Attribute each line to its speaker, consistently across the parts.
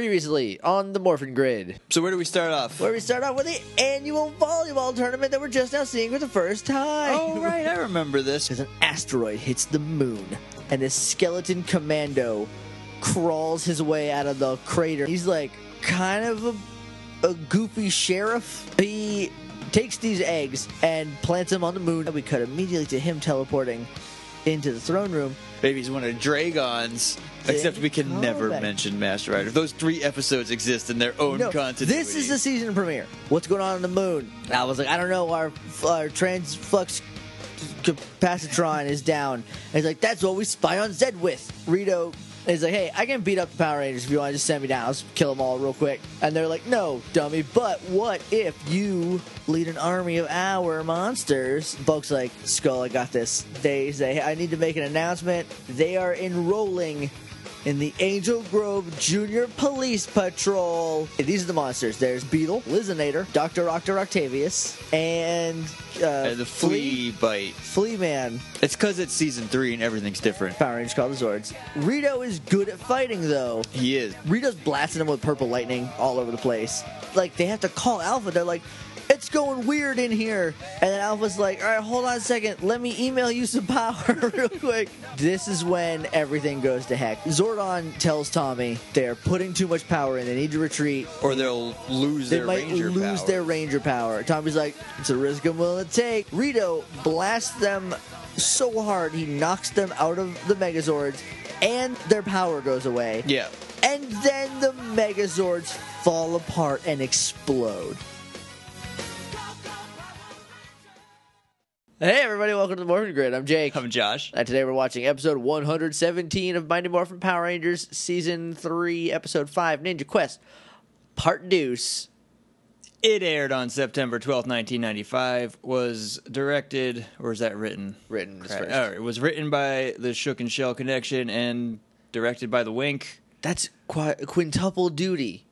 Speaker 1: Previously on the Morphin Grid,
Speaker 2: So where do we start off?
Speaker 1: where we start out with the annual volleyball tournament that we're just now seeing for the first time.
Speaker 2: Oh right, I remember this.
Speaker 1: As an asteroid hits the moon, and this skeleton commando crawls his way out of the crater. He's like kind of a, a goofy sheriff. He takes these eggs and plants them on the moon. We cut immediately to him teleporting into the throne room.
Speaker 2: Baby's one of Dragon's. Except we can never
Speaker 1: callback.
Speaker 2: mention Master Rider. Those three episodes exist in their own
Speaker 1: No,
Speaker 2: continuity.
Speaker 1: this is the season premiere. What's going on on the moon? And I was like, I don't know. Our our transflux capacitron is down. And he's like, that's what we spy on Zed with. Rito is like, hey, I can beat up the Power Rangers if you want. Just send me down. Let's kill them all real quick. And they're like, no, dummy. But what if you lead an army of our monsters? Bugs like, Skull, I got this. They say, hey, I need to make an announcement. They are enrolling in the Angel Grove Junior Police Patrol. These are the monsters. There's Beetle, Lizinator, Dr. Octor Octavius, and, uh,
Speaker 2: Uh, the flea bite.
Speaker 1: Flea Man.
Speaker 2: It's because it's season three and everything's different.
Speaker 1: Power Rangers called the Zords. Rito is good at fighting, though.
Speaker 2: He is.
Speaker 1: Rito's blasting them with purple lightning all over the place. Like, they have to call Alpha. They're like, it's going weird in here. And then Alpha's like, all right, hold on a second. Let me email you some power real quick. This is when everything goes to heck. Zordon tells Tommy they're putting too much power in. They need to retreat.
Speaker 2: Or they'll lose
Speaker 1: They
Speaker 2: their
Speaker 1: might
Speaker 2: ranger
Speaker 1: lose
Speaker 2: power.
Speaker 1: their ranger power. Tommy's like, it's a risk I'm willing to take. Rito blasts them so hard he knocks them out of the Megazords, and their power goes away.
Speaker 2: Yeah.
Speaker 1: And then the Megazords fall apart and explode. Hey everybody, welcome to the Morphin Grid. I'm Jake.
Speaker 2: I'm Josh.
Speaker 1: And today we're watching episode 117 of Mighty Morphin Power Rangers Season 3, Episode 5, Ninja Quest, Part Deuce.
Speaker 2: It aired on September twelfth, 1995. Was directed, or is that written?
Speaker 1: Written is
Speaker 2: Crap.
Speaker 1: first.
Speaker 2: All right. It was written by the Shook and Shell Connection and directed by The Wink.
Speaker 1: That's qui- quintuple duty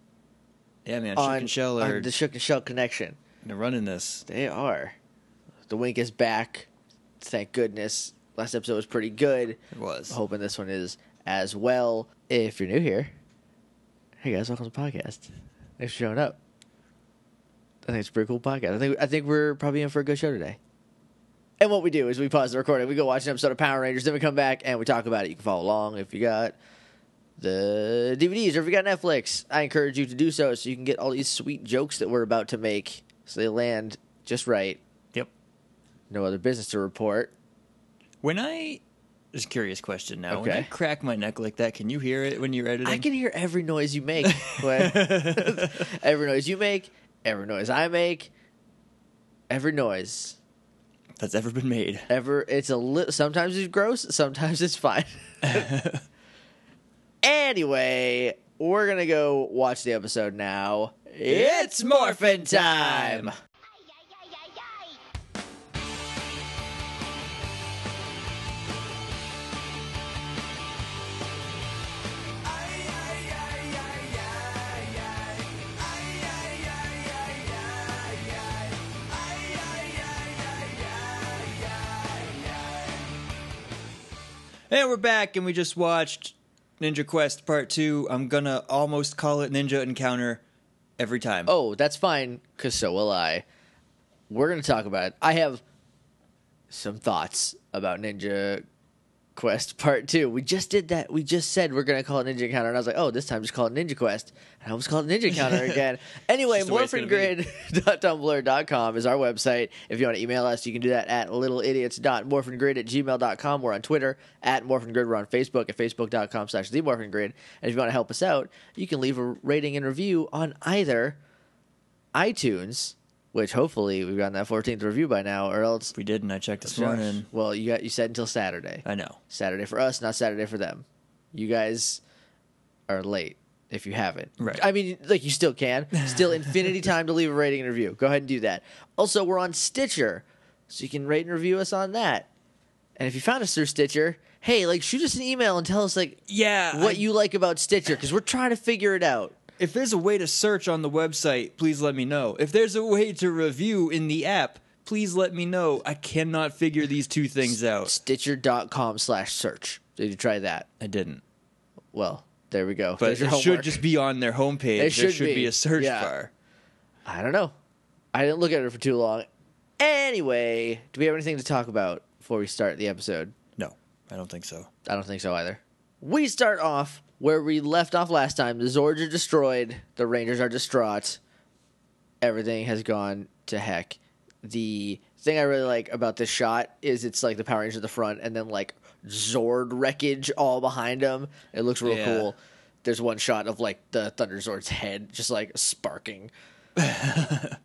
Speaker 2: Yeah, man. Shook
Speaker 1: on,
Speaker 2: and Shell
Speaker 1: on
Speaker 2: are
Speaker 1: the Shook and Shell connection.
Speaker 2: they're running this.
Speaker 1: They are. The Wink is back. Thank goodness. Last episode was pretty good.
Speaker 2: It was.
Speaker 1: Hoping this one is as well. If you're new here, hey guys, welcome to the podcast. Thanks for showing up. I think it's a pretty cool podcast. I think I think we're probably in for a good show today. And what we do is we pause the recording, we go watch an episode of Power Rangers, then we come back and we talk about it. You can follow along if you got the DVDs or if you got Netflix. I encourage you to do so so you can get all these sweet jokes that we're about to make so they land just right.
Speaker 2: Yep.
Speaker 1: No other business to report.
Speaker 2: When I just a curious question now. When
Speaker 1: Okay.
Speaker 2: I crack my neck like that, can you hear it when you're editing?
Speaker 1: I can hear every noise you make. Glenn. every noise you make, every noise I make, every noise
Speaker 2: That's ever been made.
Speaker 1: ever. It's a little. Sometimes it's gross. Sometimes it's fine. anyway, we're gonna go watch the episode now. It's morphin time.
Speaker 2: And we're back, and we just watched Ninja Quest Part Two. I'm gonna almost call it Ninja Encounter every time.
Speaker 1: Oh, that's fine. Cause so will I. We're gonna talk about it. I have some thoughts about Ninja Quest Part Two. We just did that. We just said we're gonna call it Ninja Encounter, and I was like, oh, this time just call it Ninja Quest. And I almost called it Ninja Encounter again. anyway,
Speaker 2: It's just the way it's gonna be.
Speaker 1: morphingrid.tumblr.com is our website. If you want to email us, you can do that at littleidiots.morphingrid at gmail.com. We're on Twitter at morphingrid. We're on Facebook at facebook.com slash the morphingrid. And if you want to help us out, you can leave a rating and review on either iTunes, which hopefully we've gotten that 14th review by now, or else
Speaker 2: we did, and I checked this morning.
Speaker 1: well, you got you said until Saturday.
Speaker 2: I know.
Speaker 1: Saturday for us, not Saturday for them. You guys are late if you haven't.
Speaker 2: Right.
Speaker 1: I mean, like you still can. Still infinity time to leave a rating and review. Go ahead and do that. Also, we're on Stitcher, so you can rate and review us on that. And if you found us through Stitcher, hey, like shoot us an email and tell us like
Speaker 2: Yeah.
Speaker 1: what you like about Stitcher because we're trying to figure it out.
Speaker 2: If there's a way to search on the website, please let me know. If there's a way to review in the app, please let me know. I cannot figure these two things out.
Speaker 1: Stitcher.com slash search. So you try that.
Speaker 2: I didn't.
Speaker 1: Well, There we go.
Speaker 2: But
Speaker 1: There's
Speaker 2: it
Speaker 1: your
Speaker 2: should
Speaker 1: homework.
Speaker 2: just be on their homepage.
Speaker 1: It
Speaker 2: there
Speaker 1: should
Speaker 2: should
Speaker 1: be.
Speaker 2: be, a search
Speaker 1: Yeah.
Speaker 2: bar.
Speaker 1: I don't know. I didn't look at it for too long. Anyway, do we have anything to talk about before we start the episode?
Speaker 2: No, I don't think so.
Speaker 1: I don't think so either. We start off where we left off last time. The Zords are destroyed. The Rangers are distraught. Everything has gone to heck. The thing I really like about this shot is it's like the Power Rangers at the front and then like Zord wreckage all behind them. It looks real
Speaker 2: Yeah.
Speaker 1: cool. There's one shot of like the Thunder Zord's head just like sparking. uh,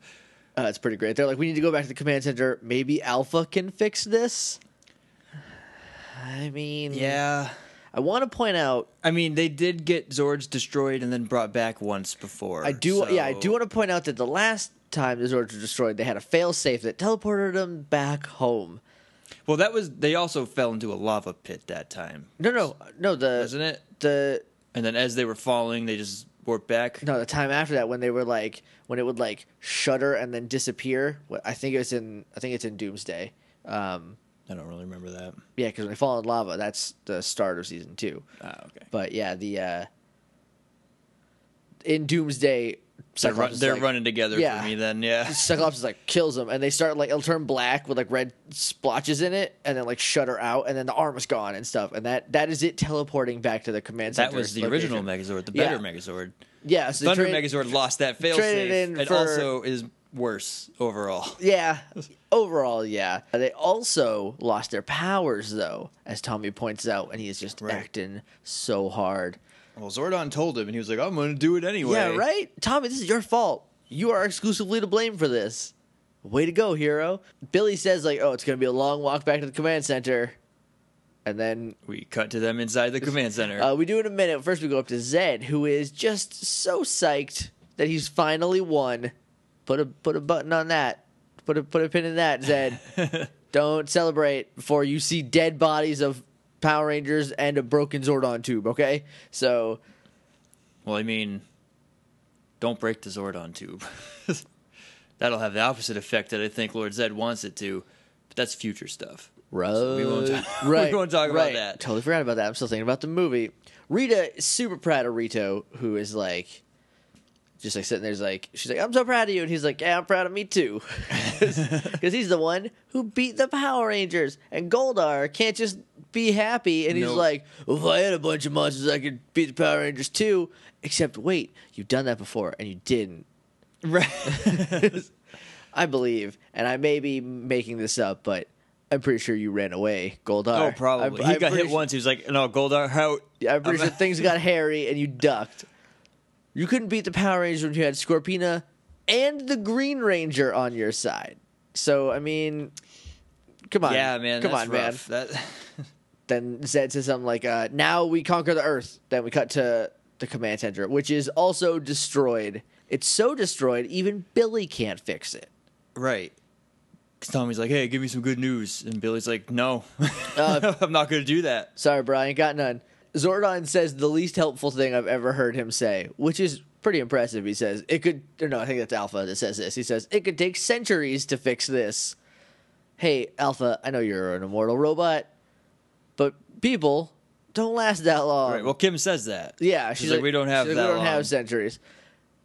Speaker 1: it's pretty great. They're like, we need to go back to the command center. Maybe Alpha can fix this. I mean,
Speaker 2: Yeah.
Speaker 1: I want to point out.
Speaker 2: I mean, they did get Zords destroyed and then brought back once before.
Speaker 1: I do. Yeah, I
Speaker 2: so-
Speaker 1: do want to point out that the last time the Zords were destroyed, they had a failsafe that teleported them back home.
Speaker 2: Well, that was they also fell into a lava pit that time,
Speaker 1: No, no, no. The
Speaker 2: wasn't it?
Speaker 1: the
Speaker 2: And then as they were falling, they just warped back.
Speaker 1: no the time after that when they were like when it would like shudder and then disappear. What I think it's in I think it's in Doomsday. Um,
Speaker 2: I don't really remember that.
Speaker 1: yeah, because when they fall in lava, that's the start of season two.
Speaker 2: Ah, okay.
Speaker 1: But yeah, the uh, in Doomsday,
Speaker 2: They're, run,
Speaker 1: Cyclops is
Speaker 2: they're
Speaker 1: like-
Speaker 2: running together
Speaker 1: Yeah.
Speaker 2: for me then. Yeah.
Speaker 1: Cyclops is like kills him, and they start like it'll turn black with like red splotches in it, and then like shutter out, and then the arm is gone and stuff, and that that is it teleporting back to the command center.
Speaker 2: That was the
Speaker 1: location.
Speaker 2: original Megazord, the
Speaker 1: Yeah.
Speaker 2: better Megazord.
Speaker 1: Yeah, so they
Speaker 2: Thunder
Speaker 1: trade-
Speaker 2: Megazord lost that
Speaker 1: traded in
Speaker 2: failsafe and
Speaker 1: for-
Speaker 2: also is worse overall.
Speaker 1: Yeah, overall, yeah. They also lost their powers though, as Tommy points out, and he is just
Speaker 2: Right.
Speaker 1: acting so hard.
Speaker 2: Well, Zordon told him, and he was like, "I'm going to do it anyway."
Speaker 1: Yeah, right? Tommy, this is your fault. You are exclusively to blame for this. Way to go, hero. Billy says, like, oh, it's going to be a long walk back to the command center. And then
Speaker 2: We cut to them inside the command center.
Speaker 1: uh, we do in a minute. First, we go up to Zed, who is just so psyched that he's finally won. Put a put a button on that. Put a put a pin in that, Zed. Don't celebrate before you see dead bodies of Power Rangers and a broken Zordon tube. Okay, so
Speaker 2: well, I mean, don't break the Zordon tube. That'll have the opposite effect that I think Lord Zed wants it to. But that's future stuff.
Speaker 1: Right.
Speaker 2: we won't talk- we
Speaker 1: right.
Speaker 2: won't talk about
Speaker 1: right.
Speaker 2: that.
Speaker 1: Totally forgot about that. I'm still thinking about the movie. Rita is super proud of Rito, who is like, just like sitting there's like, she's like, I'm so proud of you. And he's like, Yeah, I'm proud of me too. Because he's the one who beat the Power Rangers. And Goldar can't just be happy. And he's
Speaker 2: Nope.
Speaker 1: like, well, If I had a bunch of monsters, I could beat the Power Rangers too. Except, wait, you've done that before and you didn't.
Speaker 2: Right.
Speaker 1: I believe, and I may be making this up, but I'm pretty sure you ran away, Goldar.
Speaker 2: oh, probably.
Speaker 1: I'm-
Speaker 2: he
Speaker 1: I'm
Speaker 2: got
Speaker 1: pretty
Speaker 2: hit once. He was like, "No, Goldar, out."
Speaker 1: su- I'm pretty sure things got hairy and you ducked. You couldn't beat the Power Ranger when you had Scorpina and the Green Ranger on your side. So I mean, come on,
Speaker 2: Yeah, man.
Speaker 1: come
Speaker 2: that's
Speaker 1: on, man.
Speaker 2: rough. That
Speaker 1: Then Zed says something like, uh, "Now we conquer the Earth." Then we cut to the command center, which is also destroyed. It's so destroyed, even Billy can't fix it.
Speaker 2: right. 'Cause Tommy's like, "Hey, give me some good news," and Billy's like, "No,
Speaker 1: Uh,
Speaker 2: I'm not going to do that."
Speaker 1: Sorry, Brian, got none. Zordon says the least helpful thing I've ever heard him say, which is pretty impressive. He says, it could, or no, I think that's Alpha that says this. He says, it could take centuries to fix this. Hey, Alpha, I know you're an immortal robot, but people don't last that long.
Speaker 2: Right. Well, Kim says that.
Speaker 1: um, yeah, she's,
Speaker 2: like, "We don't have
Speaker 1: she's
Speaker 2: that
Speaker 1: We don't
Speaker 2: long."
Speaker 1: have centuries.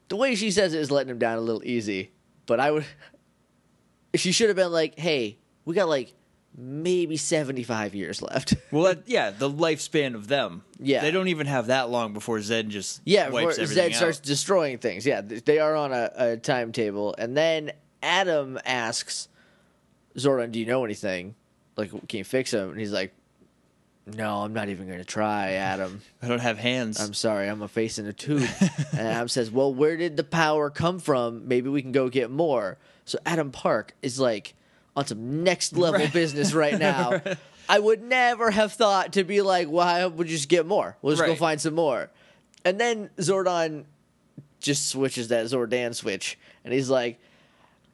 Speaker 1: The way she says it is letting him down a little easy, but I would, she should have been like, hey, we got like maybe 75 years left.
Speaker 2: Well, that, yeah, the lifespan of them.
Speaker 1: Yeah.
Speaker 2: they don't even have that long before Zen just
Speaker 1: Yeah,
Speaker 2: wipes
Speaker 1: before
Speaker 2: everything
Speaker 1: Zed starts
Speaker 2: out.
Speaker 1: destroying things. Yeah, th- they are on a, a timetable, and then Adam asks Zordon, "Do you know anything? Like, can you fix him?" And he's like, "No, I'm not even going to try, Adam.
Speaker 2: I don't have hands.
Speaker 1: I'm sorry, I'm a face in a tube." and Adam says, "Well, where did the power come from? Maybe we can go get more." So Adam Park is like on some next level
Speaker 2: Right.
Speaker 1: business right now. I would never have thought to be like, "Why would you just get more? We'll just go
Speaker 2: Right.
Speaker 1: find some more." And then Zordon just switches that Zordan switch, and he's like,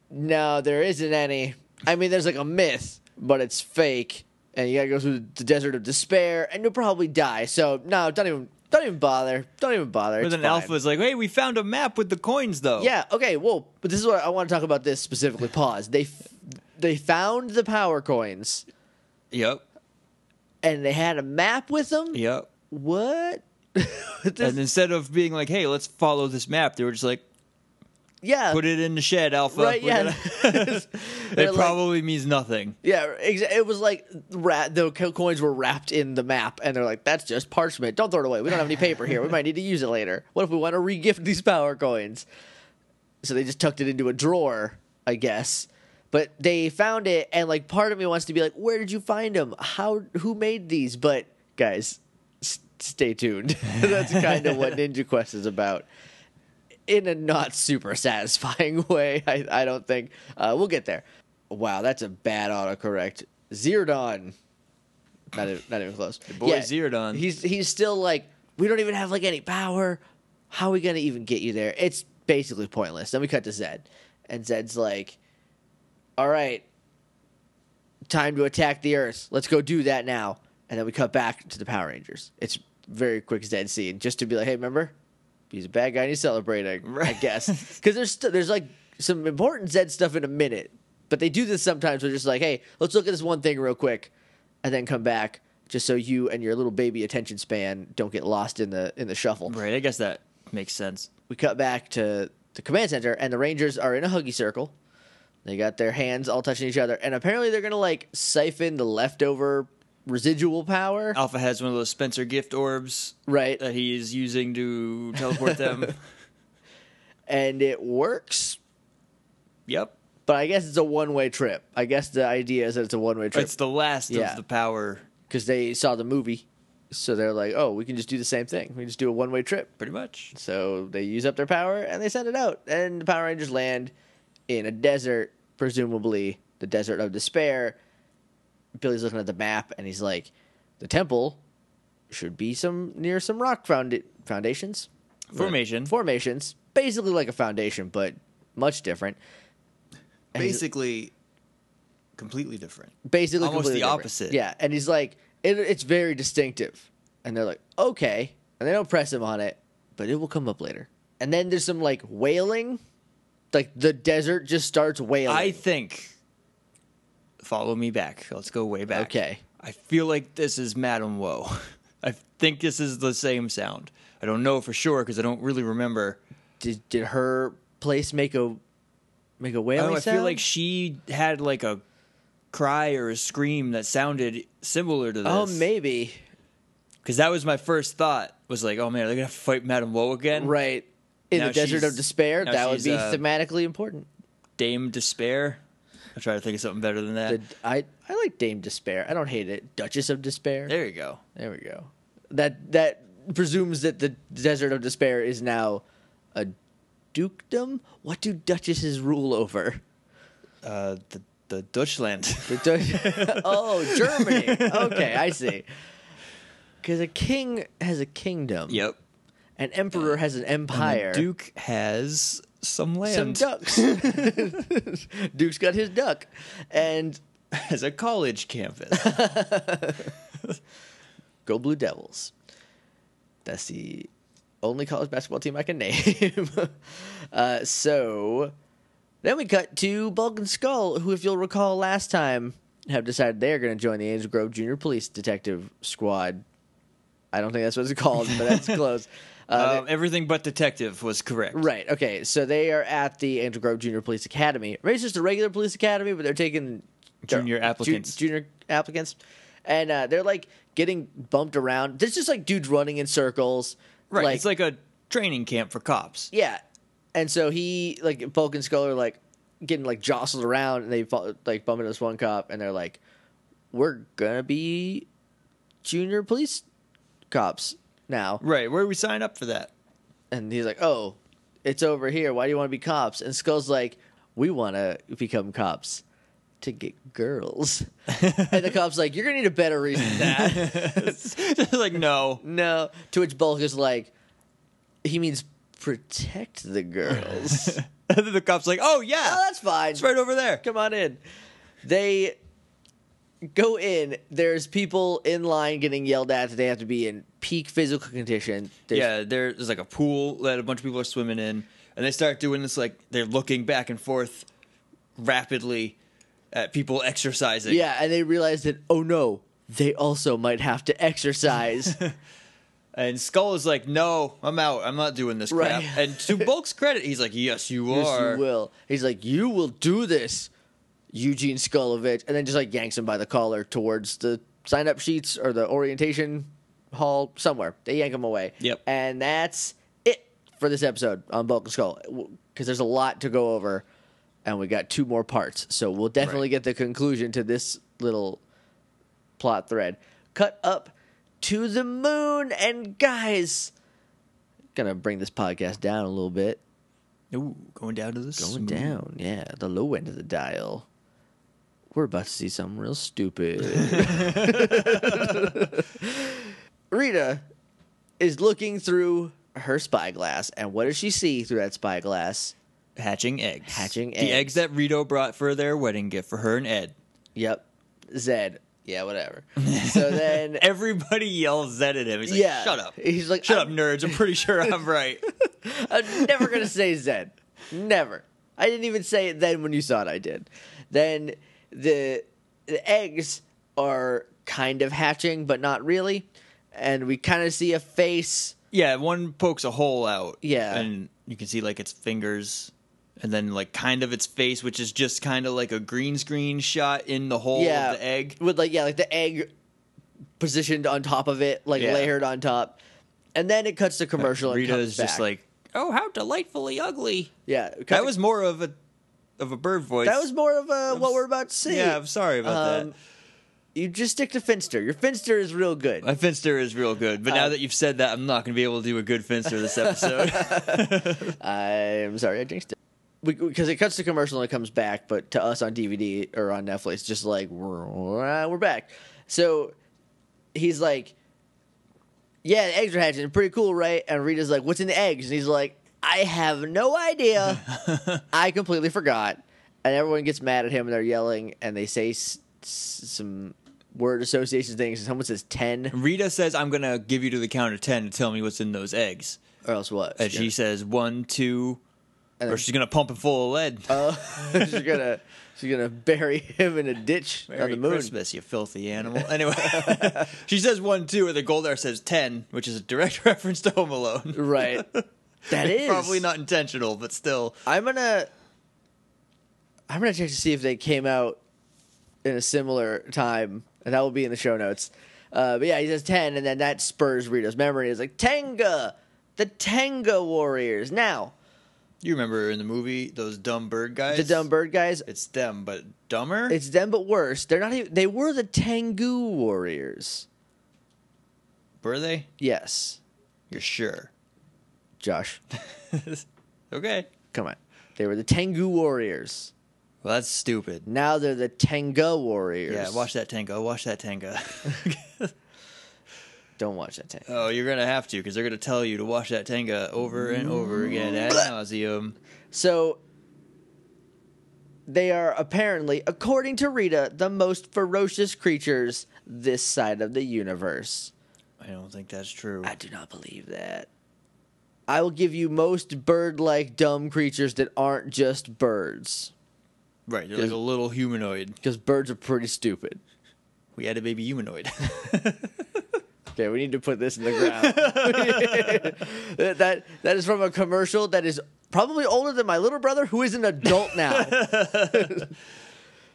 Speaker 1: "No, there isn't any. I mean, there's like a myth, but it's fake, and you gotta go through the desert of despair, and you'll probably die. So no, don't even, don't even bother. Don't even bother."
Speaker 2: but
Speaker 1: It's
Speaker 2: then
Speaker 1: fine.
Speaker 2: Alpha's like, "Hey, we found a map with the coins, though."
Speaker 1: Yeah. Okay. Well, but this is what I want to talk about. This specifically. Pause. They, f- they found the power coins,
Speaker 2: Yep.
Speaker 1: and they had a map with them.
Speaker 2: Yep.
Speaker 1: What?
Speaker 2: and instead of being like, "Hey, let's follow this map," they were just like,
Speaker 1: yeah,
Speaker 2: "Put it in the shed, Alpha."
Speaker 1: Right,
Speaker 2: We're
Speaker 1: yeah.
Speaker 2: gonna-
Speaker 1: They're
Speaker 2: it
Speaker 1: like-
Speaker 2: probably means nothing.
Speaker 1: yeah. Exa- it was like ra- the co- coins were wrapped in the map, and they're like, "That's just parchment. Don't throw it away. We don't have any paper here. We might need to use it later. What if we want to regift these power coins?" So they just tucked it into a drawer, I guess. But they found it, and like part of me wants to be like, "Where did you find them? How? Who made these?" But guys, s- stay tuned. That's kind of what Ninja Quest is about. in a not super satisfying way. I, I don't think uh, we'll get there. Wow, that's a bad autocorrect. Zerdon, not even, not even close.
Speaker 2: boy Zerdon.
Speaker 1: He's he's still like we don't even have like any power. How are we gonna even get you there? It's basically pointless. Then we cut to Zed, and Zed's like, "All right, time to attack the Earth. Let's go do that now." And then we cut back to the Power Rangers. It's very quick Zed scene just to be like, "Hey, remember? He's a bad guy and he's celebrating." I
Speaker 2: Right.
Speaker 1: guess because there's st- there's like some important Zed stuff in a minute, but they do this sometimes. They're just like, "Hey, let's look at this one thing real quick, and then come back." Just so you and your little baby attention span don't get lost in the in the shuffle
Speaker 2: Right, I guess that makes sense.
Speaker 1: we cut back to the command center, and the Rangers are in a huggy circle. They got their hands all touching each other, and apparently they're gonna like siphon the leftover residual power.
Speaker 2: Alpha has one of those Spencer gift orbs
Speaker 1: Right,
Speaker 2: that he is using to teleport them.
Speaker 1: and it works,
Speaker 2: yep,
Speaker 1: but I guess it's a one-way trip. I guess the idea is that it's a one-way trip
Speaker 2: it's the last
Speaker 1: Yeah.
Speaker 2: of the power,
Speaker 1: because they saw the movie, so they're like, "Oh, we can just do the same thing. We just do a one-way trip."
Speaker 2: pretty much.
Speaker 1: So they use up their power and they send it out. And the Power Rangers land in a desert, presumably the desert of despair. Billy's looking at the map and he's like, "The temple should be some near some rock found- foundations,
Speaker 2: Formation.
Speaker 1: formations, basically like a foundation, but much different. And he's-
Speaker 2: Basically, completely different.
Speaker 1: basically
Speaker 2: Almost
Speaker 1: completely
Speaker 2: the
Speaker 1: different.
Speaker 2: opposite.
Speaker 1: Yeah, and he's like, it, it's very distinctive, and they're like, okay, and they don't press him on it, but it will come up later. And then there's some like wailing, like the desert just starts wailing.
Speaker 2: I think. Follow me back. Let's go way back.
Speaker 1: Okay.
Speaker 2: I feel like this is Madam Woe. I think this is the same sound. I don't know for sure because I don't really remember.
Speaker 1: did did her place make a make a
Speaker 2: Oh, I, don't
Speaker 1: wailing
Speaker 2: know, I
Speaker 1: sound?
Speaker 2: feel like she had like a cry or a scream that sounded similar to this.
Speaker 1: oh maybe
Speaker 2: Because that was my first thought. Was like, oh man, are they gonna fight Madam Woe again?
Speaker 1: right in
Speaker 2: Now
Speaker 1: the desert of
Speaker 2: she's-
Speaker 1: despair.
Speaker 2: now
Speaker 1: That would
Speaker 2: she's,
Speaker 1: be
Speaker 2: uh,
Speaker 1: thematically important.
Speaker 2: Dame Despair. I try to think of something better than that.
Speaker 1: The, I I like Dame Despair. I don't hate it. Duchess of Despair.
Speaker 2: there you go.
Speaker 1: There we go. That that presumes that the desert of despair is now a dukedom. What do duchesses rule over?
Speaker 2: Uh, the the Dutchland.
Speaker 1: The du- oh, Germany. Okay, I see. Because a king has a kingdom.
Speaker 2: yep.
Speaker 1: An emperor has an
Speaker 2: And
Speaker 1: empire.
Speaker 2: Duke has
Speaker 1: some
Speaker 2: some land
Speaker 1: ducks. Duke's got his duck, and
Speaker 2: as a college campus.
Speaker 1: Uh, go Blue Devils. That's the only college basketball team I can name. uh, so then we cut to Bulk and Skull, who, if you'll recall last time, have decided they're going to join the Angel Grove Junior Police Detective Squad. I don't think that's what it's called, but that's close. Uh,
Speaker 2: um, everything but detective was correct.
Speaker 1: Right. Okay. So they are at the Angel Grove Junior Police Academy. Maybe it's just a regular police academy, but they're taking their-
Speaker 2: Junior
Speaker 1: ju-
Speaker 2: applicants.
Speaker 1: junior applicants, and uh, they're like getting bumped around. There's just like dudes running in circles.
Speaker 2: Right. it's like a training camp for cops.
Speaker 1: yeah. And so he like Bulk and Skull are like getting like jostled around, and they fall, like bump into this one cop, and they're like, "We're gonna be junior police cops now."
Speaker 2: Right. Where do we sign up for that?
Speaker 1: And he's like, "Oh, it's over here. Why do you want to be cops?" And Skull's like, "We want to become cops to get girls." and the cop's like, "You're gonna need a better reason than that."
Speaker 2: Just like no.
Speaker 1: no. To which Bulk is like, "He means protect the girls."
Speaker 2: And then the cops like, oh yeah,
Speaker 1: oh, that's fine.
Speaker 2: it's right over there.
Speaker 1: Come on in. They go in. There's people in line getting yelled at. that They have to be in peak physical condition. There's
Speaker 2: Yeah, there- there's like a pool that a bunch of people are swimming in, and they start doing this like they're looking back and forth rapidly at people exercising.
Speaker 1: Yeah, and they realized that oh no, they also might have to exercise.
Speaker 2: And Skull is like, "No, I'm out. I'm not doing this crap."
Speaker 1: Right.
Speaker 2: And to Bulk's credit, he's like, "Yes, you
Speaker 1: Yes,
Speaker 2: are."
Speaker 1: you will. He's like, you will do this, Eugene Skulovich, and then just like yanks him by the collar towards the sign up sheets or the orientation hall somewhere. They yank him away.
Speaker 2: Yep.
Speaker 1: And that's it for this episode on Bulk and Skull because there's a lot to go over, and we got two more parts, so we'll definitely
Speaker 2: Right.
Speaker 1: get the conclusion to this little plot thread. Cut up to the moon, and guys, gonna bring this podcast down a little bit
Speaker 2: Ooh, going down to this.
Speaker 1: going Oh, down. Yeah, the low end of the dial. We're about to see something real stupid. Rita is looking through her spyglass, and what does she see through that spyglass?
Speaker 2: Hatching eggs.
Speaker 1: Hatching
Speaker 2: The
Speaker 1: eggs.
Speaker 2: eggs that Rito brought for their wedding gift for her and Ed.
Speaker 1: Yep, Zed. Yeah, whatever. So then,
Speaker 2: Everybody yells Zed at him. He's like,
Speaker 1: yeah,
Speaker 2: shut up.
Speaker 1: He's like,
Speaker 2: Shut
Speaker 1: "I'm-
Speaker 2: up, nerds. I'm pretty sure I'm right.
Speaker 1: I'm never gonna say Zed. Never. I didn't even say it then when you thought I did. Then the the eggs are kind of hatching, but not really. And we kind of see a face.
Speaker 2: yeah, one pokes a hole out.
Speaker 1: Yeah.
Speaker 2: And you can see like its fingers and then like kind of its face, which is just kind of like a green screen shot in the hole
Speaker 1: yeah,
Speaker 2: of the egg.
Speaker 1: with like yeah, like the egg positioned on top of it, like
Speaker 2: Yeah.
Speaker 1: layered on top. And then it cuts to commercial. and
Speaker 2: Rito
Speaker 1: comes
Speaker 2: is just
Speaker 1: back.
Speaker 2: like, oh, how delightfully ugly.
Speaker 1: yeah. it
Speaker 2: That
Speaker 1: cuts-
Speaker 2: was more of a of a bird voice.
Speaker 1: that was Um, more of a, what we're about to see.
Speaker 2: Yeah, I'm sorry about that.
Speaker 1: You just stick to Finster. Your Finster is real good.
Speaker 2: My Finster is real good, but now
Speaker 1: Uh,
Speaker 2: that you've said that, I'm not going to be able to do a good Finster this episode.
Speaker 1: I'm sorry, I jinxed it. Because it cuts to commercial and it comes back, but to us on DVD or on Netflix, it's just like we're we're back. So he's like, "Yeah, the eggs are hatching. Pretty cool, right?" And Rita's like, "What's in the eggs?" And he's like, "I have no idea. I completely forgot." And everyone gets mad at him and they're yelling and they say s- s- some word association things. And someone says ten
Speaker 2: Rita says, I'm going to give you to the count of 10 to tell me what's in those eggs.
Speaker 1: or else what?
Speaker 2: And she says, one, two,
Speaker 1: And
Speaker 2: or
Speaker 1: then-
Speaker 2: she's going to pump it full of lead.
Speaker 1: Uh, she's gonna she's gonna bury him in a ditch on
Speaker 2: Merry
Speaker 1: the moon.
Speaker 2: Christmas, you filthy animal. Anyway, she says one, two, and the Goldar says 10, which is a direct reference to Home Alone.
Speaker 1: Right. That is
Speaker 2: Probably not intentional, but still.
Speaker 1: I'm gonna I'm gonna check to see if they came out in a similar time, and that will be in the show notes. Uh, but yeah, he says ten, and then that spurs Rito's memory. He's like Tenga, the Tenga Warriors. Now
Speaker 2: You remember in the movie, those dumb bird guys?
Speaker 1: the dumb bird guys,
Speaker 2: It's them, but dumber?
Speaker 1: it's them but worse. They're not even. They were the Tengu Warriors.
Speaker 2: Were they?
Speaker 1: Yes,
Speaker 2: You're sure.
Speaker 1: Josh,
Speaker 2: okay.
Speaker 1: come on. They were the Tengu Warriors.
Speaker 2: Well, that's stupid.
Speaker 1: Now they're the Tenga Warriors.
Speaker 2: Yeah, watch that tango. Watch that tango.
Speaker 1: Don't watch that Tenga.
Speaker 2: oh, you're gonna have to because they're gonna tell you to watch that tango over and over again ad nauseum.
Speaker 1: So they are apparently, according to Rita, the most ferocious creatures this side of the universe.
Speaker 2: I don't think that's true.
Speaker 1: I do not believe that. I will give you most bird like dumb creatures that aren't just birds.
Speaker 2: Right, they're like a little humanoid.
Speaker 1: Because birds are pretty stupid.
Speaker 2: We had a baby humanoid.
Speaker 1: Okay, we need to put this in the ground. that, that that is from a commercial that is probably older than my little brother, who is an adult now.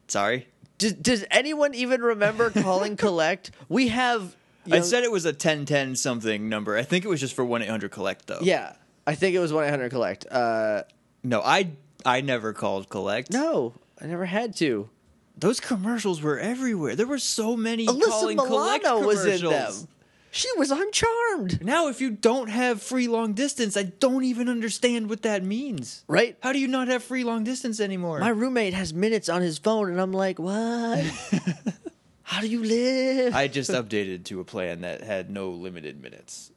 Speaker 2: Sorry,
Speaker 1: does, does anyone even remember calling collect? We have.
Speaker 2: I
Speaker 1: young-
Speaker 2: said it was a ten ten something number. I think it was just for one eight hundred collect though.
Speaker 1: Yeah, I think it was one eight hundred collect. Uh,
Speaker 2: No, I I never called collect.
Speaker 1: no, I never had to.
Speaker 2: Those commercials were everywhere. There were so many
Speaker 1: Alyssa
Speaker 2: calling collect
Speaker 1: Milano was in them.
Speaker 2: commercials.
Speaker 1: She was on Charmed,
Speaker 2: Now, if you don't have free long distance, I don't even understand what that means.
Speaker 1: right?
Speaker 2: How do you not have free long distance anymore?
Speaker 1: My roommate has minutes on his phone, and I'm like, what? How do you live?
Speaker 2: I just updated to a plan that had no limited minutes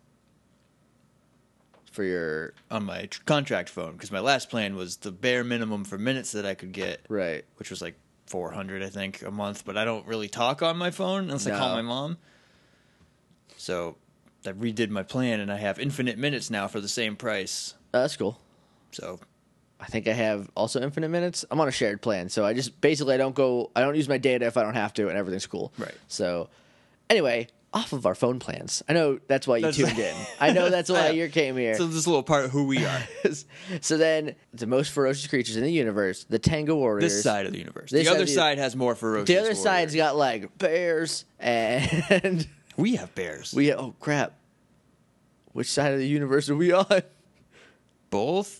Speaker 1: For your
Speaker 2: on my tr- contract phone because my last plan was the bare minimum for minutes that I could get,
Speaker 1: right,
Speaker 2: which was like 400, I think, a month. But I don't really talk on my phone unless I call
Speaker 1: No.
Speaker 2: my mom. So I redid my plan and I have infinite minutes now for the same price.
Speaker 1: Uh, that's cool.
Speaker 2: So
Speaker 1: I think I have also infinite minutes. I'm on a shared plan, so I just basically I don't go I don't use my data if I don't have to and everything's cool.
Speaker 2: Right.
Speaker 1: So anyway, off of our phone plans. I know that's why you
Speaker 2: That's-
Speaker 1: tuned in. I know that's why
Speaker 2: I know.
Speaker 1: you came here.
Speaker 2: So this little part of who we are.
Speaker 1: so then, the most ferocious creatures in the universe, the Tenga warriors.
Speaker 2: This side of the universe.
Speaker 1: This
Speaker 2: the
Speaker 1: side
Speaker 2: other
Speaker 1: of the-
Speaker 2: side has more ferocious.
Speaker 1: The other
Speaker 2: warriors.
Speaker 1: side's got like bears and
Speaker 2: We have bears.
Speaker 1: we. Oh crap! Which side of the universe are we on?
Speaker 2: both?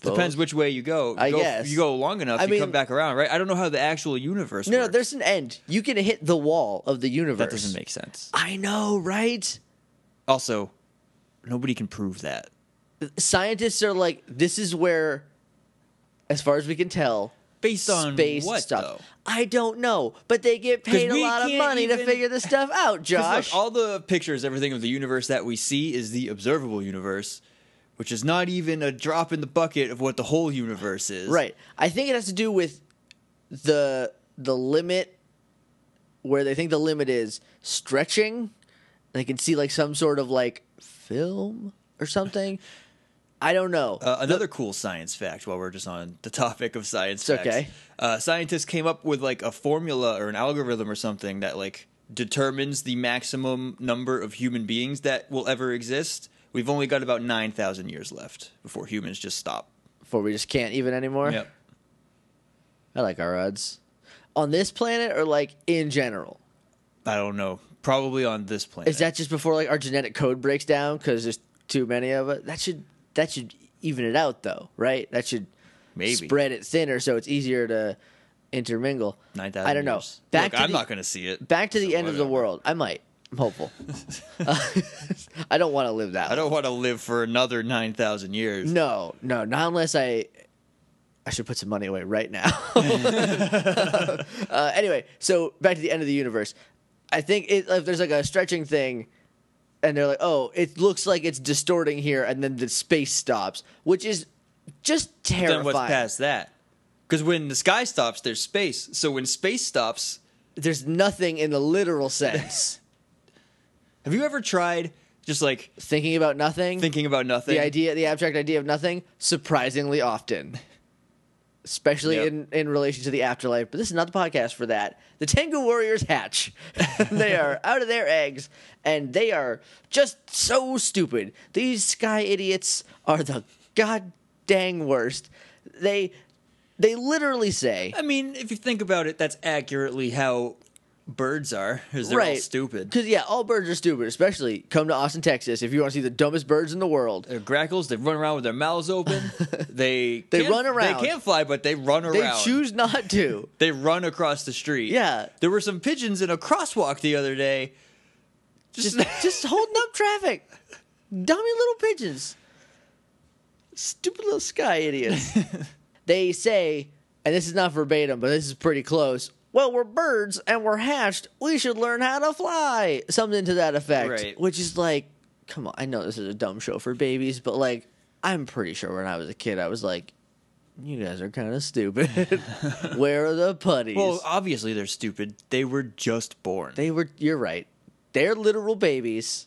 Speaker 1: Both.
Speaker 2: depends which way you go.
Speaker 1: I
Speaker 2: You go-
Speaker 1: guess.
Speaker 2: you go long enough,
Speaker 1: I
Speaker 2: you
Speaker 1: mean-
Speaker 2: come back around, right? I don't know how the actual universe.
Speaker 1: No, no,
Speaker 2: works.
Speaker 1: there's an end. You can hit the wall of the universe.
Speaker 2: that doesn't make sense.
Speaker 1: I know, right?
Speaker 2: Also, nobody can prove that.
Speaker 1: Scientists are like, this is where, as far as we can tell,
Speaker 2: Based on
Speaker 1: space
Speaker 2: what
Speaker 1: stuff.
Speaker 2: though?
Speaker 1: I don't know, but they get
Speaker 2: 'Cause
Speaker 1: paid a
Speaker 2: we
Speaker 1: lot of
Speaker 2: can't
Speaker 1: money to
Speaker 2: even-
Speaker 1: figure this stuff out,
Speaker 2: 'Cause look,
Speaker 1: Josh.
Speaker 2: all the pictures, everything of the universe that we see is the observable universe, which is not even a drop in the bucket of what the whole universe is.
Speaker 1: Right. I think it has to do with the the limit where they think the limit is stretching. They can see like some sort of like film or something. I don't know.
Speaker 2: Uh, another cool science fact while we're just on the topic of science
Speaker 1: It's
Speaker 2: facts.
Speaker 1: okay.
Speaker 2: Uh, scientists came up with like a formula or an algorithm or something that like determines the maximum number of human beings that will ever exist. We've only got about 9,000 years left before humans just stop.
Speaker 1: Before we just can't even anymore.
Speaker 2: Yep.
Speaker 1: I like our odds. On this planet or like in general?
Speaker 2: I don't know. Probably on this planet.
Speaker 1: Is that just before like our genetic code breaks down because there's too many of us? That should that should even it out though, right? That should
Speaker 2: Maybe.
Speaker 1: spread it thinner so it's easier to intermingle.
Speaker 2: 9,000
Speaker 1: I don't know.
Speaker 2: years.
Speaker 1: Back
Speaker 2: Look,
Speaker 1: to
Speaker 2: I'm
Speaker 1: the,
Speaker 2: not going to see it.
Speaker 1: back to the
Speaker 2: So
Speaker 1: end of the
Speaker 2: whatever.
Speaker 1: world. I might. I'm hopeful. Uh, I don't want to live that.
Speaker 2: I
Speaker 1: long.
Speaker 2: don't want to live for another 9,000 years.
Speaker 1: No, no, not unless I. I should put some money away right now. uh, anyway, so back to the end of the universe. I think it, if there's like a stretching thing, and they're like, "Oh, it looks like it's distorting here," and then the space stops, which is just
Speaker 2: Then
Speaker 1: terrifying.
Speaker 2: what's past that? Because when the sky stops, there's space. So when space stops,
Speaker 1: There's nothing in the literal sense.
Speaker 2: Have you ever tried just like
Speaker 1: Thinking about nothing.
Speaker 2: thinking about nothing?
Speaker 1: the idea, the abstract idea of nothing, surprisingly often, especially
Speaker 2: Yep.
Speaker 1: in in relation to the afterlife. But this is not the podcast for that. The Tengu warriors hatch; they are out of their eggs, and they are just so stupid. These sky idiots are the god dang worst. They they literally say
Speaker 2: I mean, if you think about it, that's accurately how birds are. Is they're all stupid.
Speaker 1: because yeah, all birds are stupid. Especially come to Austin, Texas, if you want to see the dumbest birds in the world.
Speaker 2: They're grackles. They run around with their mouths open. they
Speaker 1: They
Speaker 2: can't-
Speaker 1: run around.
Speaker 2: They can't fly, but they run
Speaker 1: They
Speaker 2: around.
Speaker 1: choose not to.
Speaker 2: They run across the street.
Speaker 1: Yeah.
Speaker 2: There were some pigeons in a crosswalk the other day. Just,
Speaker 1: just just holding up traffic. Dummy little pigeons. Stupid little sky idiots. they say, and this is not verbatim, but this is pretty close. Well, we're birds and we're hatched. We should learn how to fly. Something to that effect.
Speaker 2: Right.
Speaker 1: Which is like, come on. I know this is a dumb show for babies, but like, I'm pretty sure when I was a kid, I was like, you guys are kind of stupid. Where are the putties?
Speaker 2: well, obviously they're stupid. They were just born.
Speaker 1: They were. You're right. They're literal babies.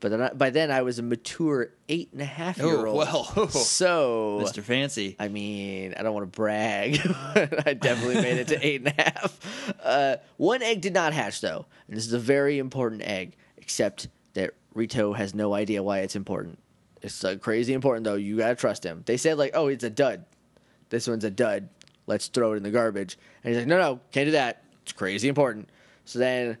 Speaker 1: But then I, by then I was a mature eight and a half
Speaker 2: Oh,
Speaker 1: year old.
Speaker 2: well.
Speaker 1: so
Speaker 2: Mr. Fancy.
Speaker 1: I mean, I don't want to brag. but I definitely made it to eight and a half. Uh, one egg did not hatch though, and this is a very important egg. Except that Rito has no idea why it's important. It's uh, crazy important though. You gotta trust him. They said like, "Oh, it's a dud. This one's a dud. Let's throw it in the garbage." And he's like, "No, no, can't do that. It's crazy important." So then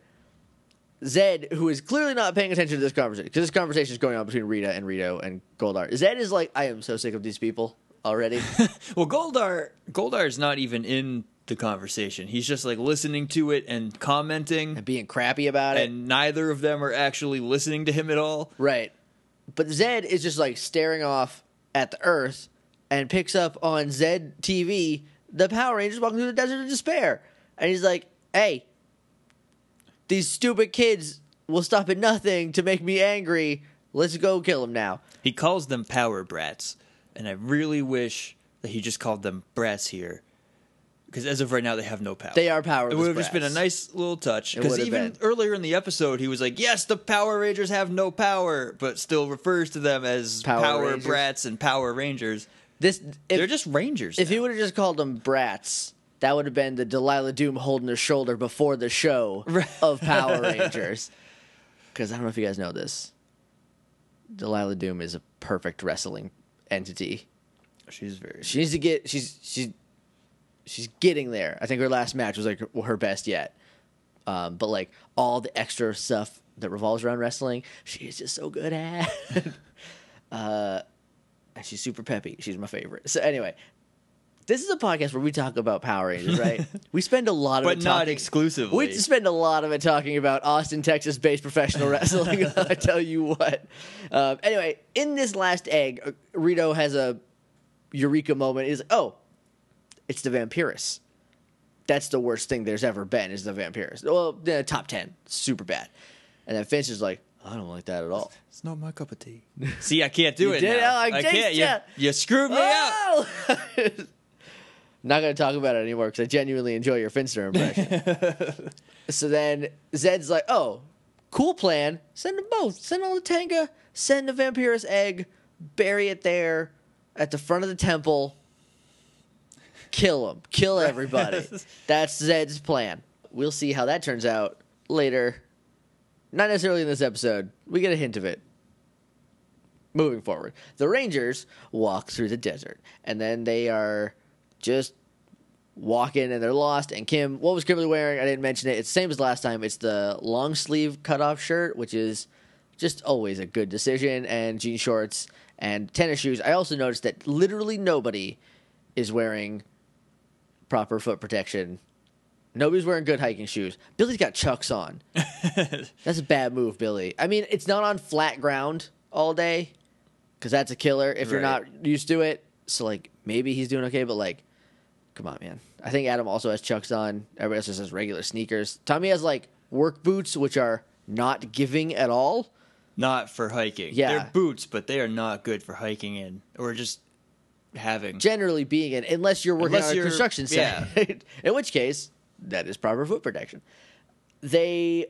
Speaker 1: Zed, who is clearly not paying attention to this conversation, because this conversation is going on between Rita and Rito and Goldar. Zed is like, I am so sick of these people already.
Speaker 2: Well, Goldar Goldar is not even in the conversation. He's just like listening to it and commenting.
Speaker 1: and being crappy about it.
Speaker 2: and neither of them are actually listening to him at all.
Speaker 1: Right. But Zed is just like staring off at the earth and picks up on Zed TV the Power Rangers walking through the desert of despair. And he's like, hey, these stupid kids will stop at nothing to make me angry. Let's go kill them now.
Speaker 2: He calls them power brats, and I really wish that he just called them brats here, because as of right now they have no power.
Speaker 1: They are powerless
Speaker 2: It would have just been a
Speaker 1: brats.
Speaker 2: nice little touch. Because
Speaker 1: would've
Speaker 2: even
Speaker 1: been.
Speaker 2: earlier in the episode, he was like, "Yes, the Power Rangers have no power," but still refers to them as
Speaker 1: Power
Speaker 2: power,
Speaker 1: Rangers.
Speaker 2: brats and Power Rangers.
Speaker 1: This if,
Speaker 2: They're just Rangers.
Speaker 1: if
Speaker 2: now.
Speaker 1: he would have just called them brats, that would have been the Delilah Doom holding her shoulder before the show of Power Rangers. because I don't know if you guys know this. Delilah Doom is a perfect wrestling entity.
Speaker 2: She's very.
Speaker 1: She needs to get she's she's she's getting there. I think her last match was like her, her best yet. Um, but like all the extra stuff that revolves around wrestling, she is just so good at. uh, and she's super peppy. She's my favorite. So anyway, this is a podcast where we talk about Power Rangers, right? we spend a lot of
Speaker 2: But
Speaker 1: it
Speaker 2: not
Speaker 1: talking-
Speaker 2: exclusively.
Speaker 1: We spend a lot of it talking about Austin, Texas-based professional wrestling. I tell you what. Um, anyway, in this last egg, uh, Rito has a eureka moment. Is oh, it's the Vampirus. That's the worst thing there's ever been is the Vampirus. Well, the top ten, super bad. And then Finch is like, I don't like that at all.
Speaker 2: It's not my cup of tea. See, I can't do
Speaker 1: You
Speaker 2: it.
Speaker 1: did
Speaker 2: now.
Speaker 1: it, I
Speaker 2: I can't.
Speaker 1: jinxed
Speaker 2: You,
Speaker 1: ya.
Speaker 2: you screwed me up.
Speaker 1: Oh! Not going to talk about it anymore because I genuinely enjoy your Finster impression. so then Zed's like, "Oh, cool plan. Send them both. Send all the Tanga. Send the Vampirus egg. Bury it there at the front of the temple. Kill them. Kill everybody. That's Zed's plan. We'll see how that turns out later. Not necessarily in this episode. We get a hint of it moving forward. The Rangers walk through the desert, and then they are just walking and they're lost. And Kim, what was Kimberly wearing? I didn't mention it. It's the same as last time. It's the long sleeve cutoff shirt, which is just always a good decision, and jean shorts and tennis shoes. I also noticed that literally nobody is wearing proper foot protection. Nobody's wearing good hiking shoes. Billy's got chucks on. That's a bad move, Billy. I mean, it's not on flat ground all day because that's a killer if you're
Speaker 2: Right.
Speaker 1: not used to it. So, like, maybe he's doing okay, but, like, come on, man. I think Adam also has chucks on. Everybody else just has regular sneakers. Tommy has, like, work boots, which are not giving at all.
Speaker 2: Not for hiking.
Speaker 1: Yeah.
Speaker 2: They're boots, but they are not good for hiking in or just having.
Speaker 1: generally being in, unless you're working
Speaker 2: Unless
Speaker 1: on a
Speaker 2: you're-
Speaker 1: construction site.
Speaker 2: yeah.
Speaker 1: in which case, that is proper foot protection. They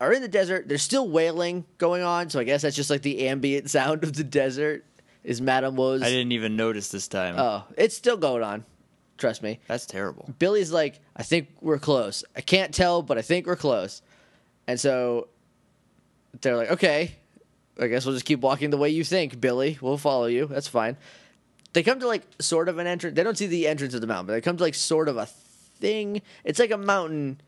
Speaker 1: are in the desert. There's still wailing going on, so I guess that's just like the ambient sound of the desert. Is Madame Woe's?
Speaker 2: I didn't even notice this time.
Speaker 1: Oh, it's still going on. Trust me.
Speaker 2: That's terrible.
Speaker 1: Billy's like, I think we're close. I can't tell, but I think we're close. And so they're like, okay, I guess we'll just keep walking the way you think, Billy. We'll follow you. That's fine. They come to like sort of an entrance. They don't see the entrance of the mountain, but they come to like sort of a thing. It's like a mountain.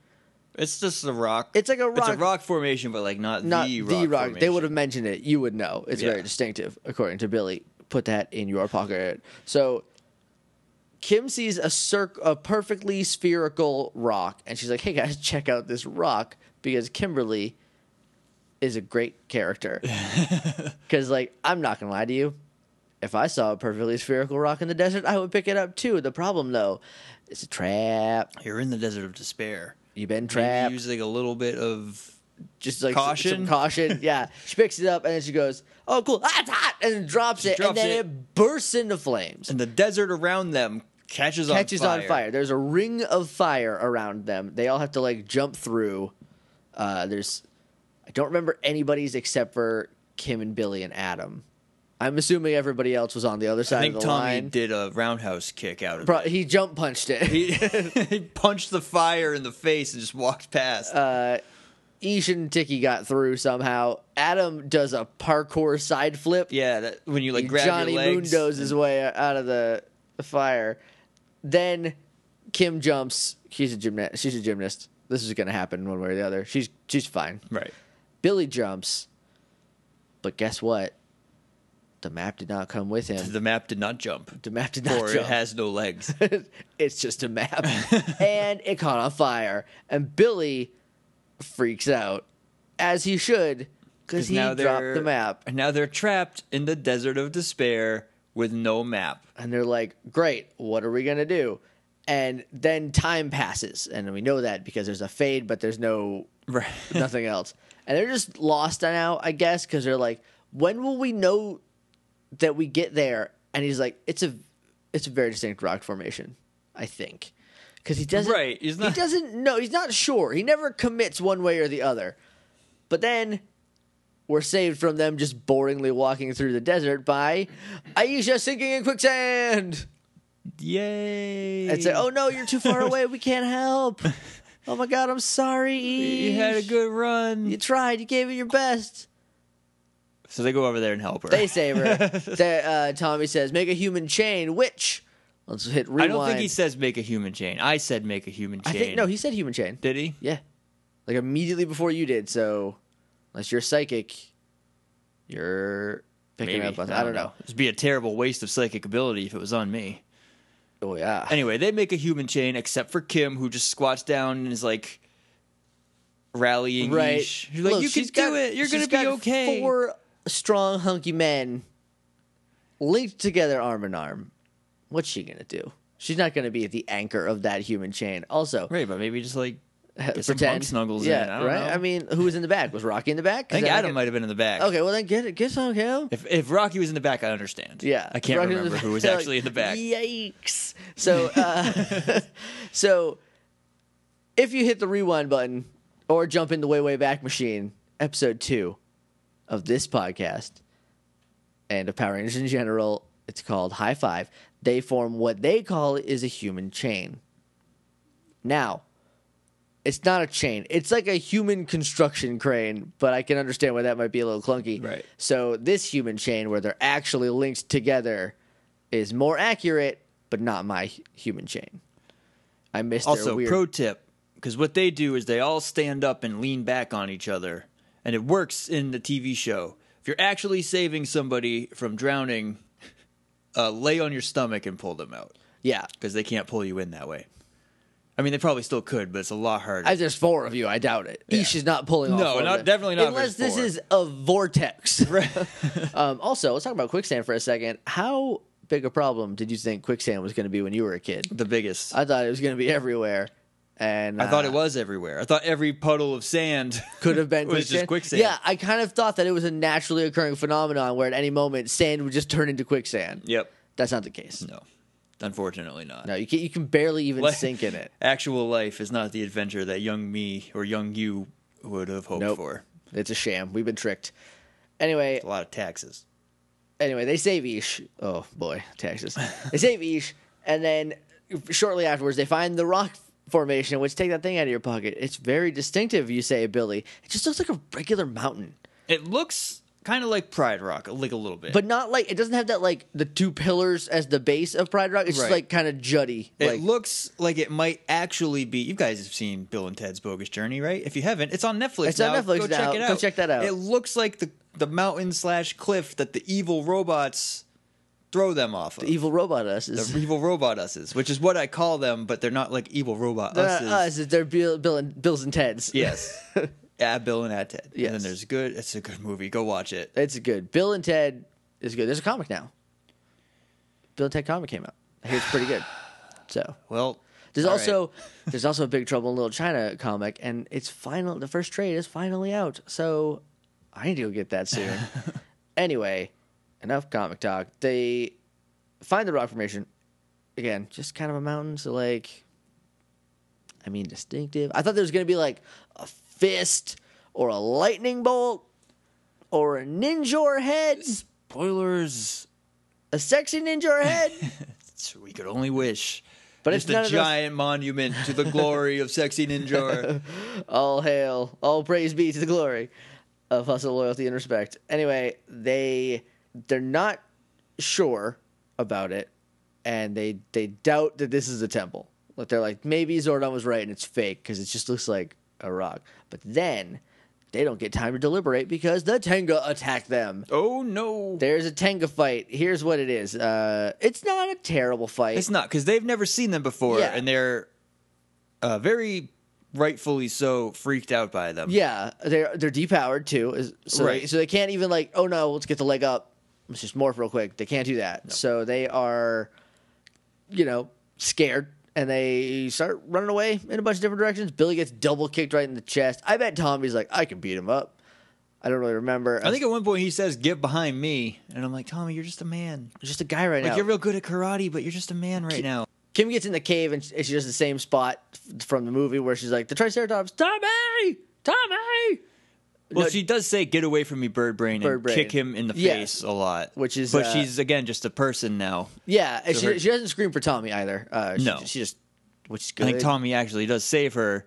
Speaker 2: It's just a rock.
Speaker 1: It's like a
Speaker 2: It's a
Speaker 1: rock-
Speaker 2: rock formation, but like not,
Speaker 1: Not
Speaker 2: the
Speaker 1: the
Speaker 2: rock.
Speaker 1: rock. They
Speaker 2: formation.
Speaker 1: would have mentioned it. You would know. It's very
Speaker 2: Yeah.
Speaker 1: distinctive, according to Billy. Put that in your pocket. So Kim sees a circ a perfectly spherical rock, and she's like, "Hey guys, check out this rock because Kimberly is a great character." Because like, I'm not gonna lie to you, if I saw a perfectly spherical rock in the desert, I would pick it up too. The problem though, it's a trap.
Speaker 2: You're in the desert of despair.
Speaker 1: You've been trapped
Speaker 2: Maybe use like a little bit of
Speaker 1: just like
Speaker 2: Caution?
Speaker 1: Some, some caution. Yeah, she picks it up and then she goes, "Oh, cool! Ah, it's hot!" and then drops it,
Speaker 2: drops
Speaker 1: and then
Speaker 2: it.
Speaker 1: it. bursts into flames.
Speaker 2: and the desert around them catches on
Speaker 1: Catches
Speaker 2: fire.
Speaker 1: on fire. There's a ring of fire around them. They all have to like jump through. Uh, there's, I don't remember anybody's except for Kim and Billy and Adam. I'm assuming everybody else was on the other side
Speaker 2: I think
Speaker 1: of the
Speaker 2: Tommy
Speaker 1: line.
Speaker 2: did a roundhouse kick out of
Speaker 1: Pro-
Speaker 2: it.
Speaker 1: he jump punched it.
Speaker 2: He, he punched the fire in the face and just walked past.
Speaker 1: Uh, Ish and Tiki got through somehow. Adam does a parkour side flip.
Speaker 2: yeah, that, when you like grab
Speaker 1: Johnny
Speaker 2: your legs.
Speaker 1: Mundo's his way out of the, the fire. Then Kim jumps. She's a gymnast. She's a gymnast. This is going to happen one way or the other. She's she's fine.
Speaker 2: Right.
Speaker 1: Billy jumps, but guess what? The map did not come with him.
Speaker 2: The map did not jump.
Speaker 1: The map did not
Speaker 2: Or it
Speaker 1: jump.
Speaker 2: has no legs.
Speaker 1: it's just a map, and it caught on fire. And Billy freaks out, as he should, because he dropped
Speaker 2: they're-
Speaker 1: the map.
Speaker 2: And now they're trapped in the desert of despair with no map.
Speaker 1: and they're like, "Great, what are we gonna do?" And then time passes, and we know that because there's a fade, but there's no
Speaker 2: Right.
Speaker 1: nothing else, and they're just lost now, I guess, because they're like, "When will we know that we get there?" And he's like, "It's a, it's a very distinct rock formation, I think." Because he doesn't,
Speaker 2: Right, he's not-
Speaker 1: he doesn't know. He's not sure. He never commits one way or the other. But then we're saved from them just boringly walking through the desert by Aisha sinking in quicksand. "Oh,
Speaker 2: Yay.
Speaker 1: And say, "Oh no, you're too far away. We can't help." Oh my god, I'm sorry.
Speaker 2: You had a
Speaker 1: Ish.
Speaker 2: good run.
Speaker 1: You tried. You gave it your best.
Speaker 2: So they go over there and help her.
Speaker 1: They save her. They- uh, Tommy says, "Make a human chain." Which let's hit rewind.
Speaker 2: I don't think he said make a human chain. I said make a human
Speaker 1: I
Speaker 2: chain.
Speaker 1: think no. He said human chain.
Speaker 2: did he?
Speaker 1: Yeah, like immediately before you did. So unless you're psychic, you're picking
Speaker 2: Maybe.
Speaker 1: up on. I don't know.
Speaker 2: It'd be a terrible waste of psychic ability if it was on me.
Speaker 1: Oh yeah.
Speaker 2: Anyway, they make a human chain except for Kim, who just squats down and is like rallying.
Speaker 1: right.
Speaker 2: Ish. She's like,
Speaker 1: Look,
Speaker 2: you can
Speaker 1: she's
Speaker 2: do
Speaker 1: got-
Speaker 2: it. You're gonna
Speaker 1: she's
Speaker 2: be
Speaker 1: got
Speaker 2: okay.
Speaker 1: Four strong, hunky men linked together arm in arm. What's she gonna do? She's not gonna be at the anchor of that human chain. Also,
Speaker 2: Right, but maybe just like get some bug
Speaker 1: pretend
Speaker 2: snuggles
Speaker 1: yeah,
Speaker 2: in. I don't
Speaker 1: right.
Speaker 2: know.
Speaker 1: I mean, who was in the back? Was Rocky in the back?
Speaker 2: I think
Speaker 1: 'Cause then
Speaker 2: Adam
Speaker 1: could-
Speaker 2: might have been in the back.
Speaker 1: Okay, well then get it. Get some Kim.
Speaker 2: If, if Rocky was in the back, I understand.
Speaker 1: Yeah,
Speaker 2: I can't
Speaker 1: Rocky was in the
Speaker 2: remember who was
Speaker 1: back.
Speaker 2: actually in the back.
Speaker 1: Yikes! So, uh, so if you hit the rewind button or jump in the way way back machine, episode two of this podcast and of Power Rangers in general, it's called High Five. They form what they call is a human chain. Now, it's not a chain. It's like a human construction crane, but I can understand why that might be a little clunky.
Speaker 2: Right.
Speaker 1: So this human chain, where they're actually linked together, is more accurate, but not my hu- human chain. I missed their
Speaker 2: Also,
Speaker 1: weird-
Speaker 2: pro tip, because what they do is they all stand up and lean back on each other, and it works in the TV show. If you're actually saving somebody from drowning, uh, lay on your stomach and pull them out,
Speaker 1: yeah.
Speaker 2: because they can't pull you in that way. I mean, they probably still could, but it's a lot harder.
Speaker 1: As there's four of you, I doubt it. Each is not pulling off.
Speaker 2: No,
Speaker 1: four of
Speaker 2: not-
Speaker 1: them.
Speaker 2: definitely not if
Speaker 1: Unless
Speaker 2: there's
Speaker 1: this
Speaker 2: four.
Speaker 1: is a vortex. um, also, let's talk about quicksand for a second. How big a problem did you think quicksand was going to be when you were a kid?
Speaker 2: the biggest. I,
Speaker 1: I thought it was going to be everywhere, and
Speaker 2: thought
Speaker 1: uh,
Speaker 2: it was everywhere. I thought every puddle of sand
Speaker 1: could have been
Speaker 2: was just quicksand.
Speaker 1: Yeah, I kind of thought that it was a naturally occurring phenomenon where at any moment sand would just turn into quicksand.
Speaker 2: Yep.
Speaker 1: That's not the case.
Speaker 2: No. Unfortunately, not.
Speaker 1: No, you can you can barely even
Speaker 2: Like-
Speaker 1: sink in it.
Speaker 2: Actual life is not the adventure that young me or young you would have hoped
Speaker 1: Nope.
Speaker 2: for.
Speaker 1: It's a sham. We've been tricked. Anyway,
Speaker 2: A lot of taxes.
Speaker 1: anyway, they save Ish. Oh boy, Texas. They save Ish, and then shortly afterwards, they find the rock formation. Which take that thing out of your pocket. It's very distinctive. You say, Billy. It just looks like a regular mountain,
Speaker 2: It looks kind of like Pride Rock, like a little bit.
Speaker 1: but not like it doesn't have that like the two pillars as the base of Pride Rock. It's just
Speaker 2: Right.
Speaker 1: like kind of juddy.
Speaker 2: it
Speaker 1: like,
Speaker 2: looks like it might actually be. You guys have seen Bill and Ted's Bogus Journey, right? If you haven't, it's on Netflix.
Speaker 1: It's on
Speaker 2: now.
Speaker 1: Netflix
Speaker 2: Go
Speaker 1: now.
Speaker 2: check it
Speaker 1: Go
Speaker 2: out.
Speaker 1: check that out.
Speaker 2: It looks like the the mountain slash cliff that the evil robots throw them off of.
Speaker 1: evil robot us is
Speaker 2: The evil robot us's, which is what I call them, but they're not like evil robot
Speaker 1: they're not
Speaker 2: us's.
Speaker 1: us. it's- They're Bill, Bill and Bills and Ted's.
Speaker 2: Yes. at Bill and at Ted. And
Speaker 1: Yes.
Speaker 2: then there's good. It's a good movie. Go watch it.
Speaker 1: it's good. Bill and Ted is good. There's a comic now. Bill and Ted comic came out. I hear it's pretty good. So
Speaker 2: Well,
Speaker 1: There's
Speaker 2: all right.
Speaker 1: also there's also a Big Trouble in Little China comic, and it's final. The first trade is finally out, so I need to go get that soon. anyway, enough comic talk. They find the rock formation again, just kind of a mountain. So like, I mean, distinctive. I thought there was gonna be like a fist or a lightning bolt or a ninja head,
Speaker 2: spoilers.
Speaker 1: a sexy ninja head.
Speaker 2: It's- We could only wish.
Speaker 1: But
Speaker 2: But
Speaker 1: it's
Speaker 2: it's
Speaker 1: none
Speaker 2: a
Speaker 1: of those-
Speaker 2: giant monument to the glory of sexy ninja.
Speaker 1: All hail, all praise be to the glory of hustle, loyalty, and respect. Anyway, they they're not sure about it, and they they doubt that this is a temple. Like they're like maybe Zordon was right and it's fake because it just looks like a rock. But then they don't get time to deliberate because the Tenga attack them.
Speaker 2: oh no.
Speaker 1: There's a Tenga fight. Here's what it is. Uh, it's not a terrible fight.
Speaker 2: It's not because they've never seen them before,
Speaker 1: Yeah.
Speaker 2: and they're uh, very rightfully so freaked out by them.
Speaker 1: Yeah, they're they're depowered too, is- so they,
Speaker 2: Right.
Speaker 1: so they can't even like oh no, let's get the leg up, let's just morph real quick. They can't do that, so they are, you know, scared and they start running away in a bunch of different directions. Billy gets double kicked right in the chest. I bet Tommy's like, I can beat him up. I don't really remember.
Speaker 2: I think at one point he says, "Get behind me," and I'm like, "Tommy, you're just a man.
Speaker 1: it's just a guy right
Speaker 2: Like
Speaker 1: now.
Speaker 2: you're real good at karate, but you're just a man right now."
Speaker 1: Kim gets in the cave and she- and she does the same spot f- from the movie where she's like the Triceratops, Tommy, Tommy.
Speaker 2: Well,
Speaker 1: No-
Speaker 2: she does say "get away from me, bird brain,"
Speaker 1: Bird
Speaker 2: and
Speaker 1: brain.
Speaker 2: kick him in the
Speaker 1: Yes.
Speaker 2: face a lot,
Speaker 1: Which is,
Speaker 2: But
Speaker 1: uh,
Speaker 2: she's again just a person now.
Speaker 1: Yeah, and she,
Speaker 2: her-
Speaker 1: she doesn't scream for Tommy either. Uh, she,
Speaker 2: No.
Speaker 1: she just which is
Speaker 2: I
Speaker 1: good.
Speaker 2: think Tommy actually does save her,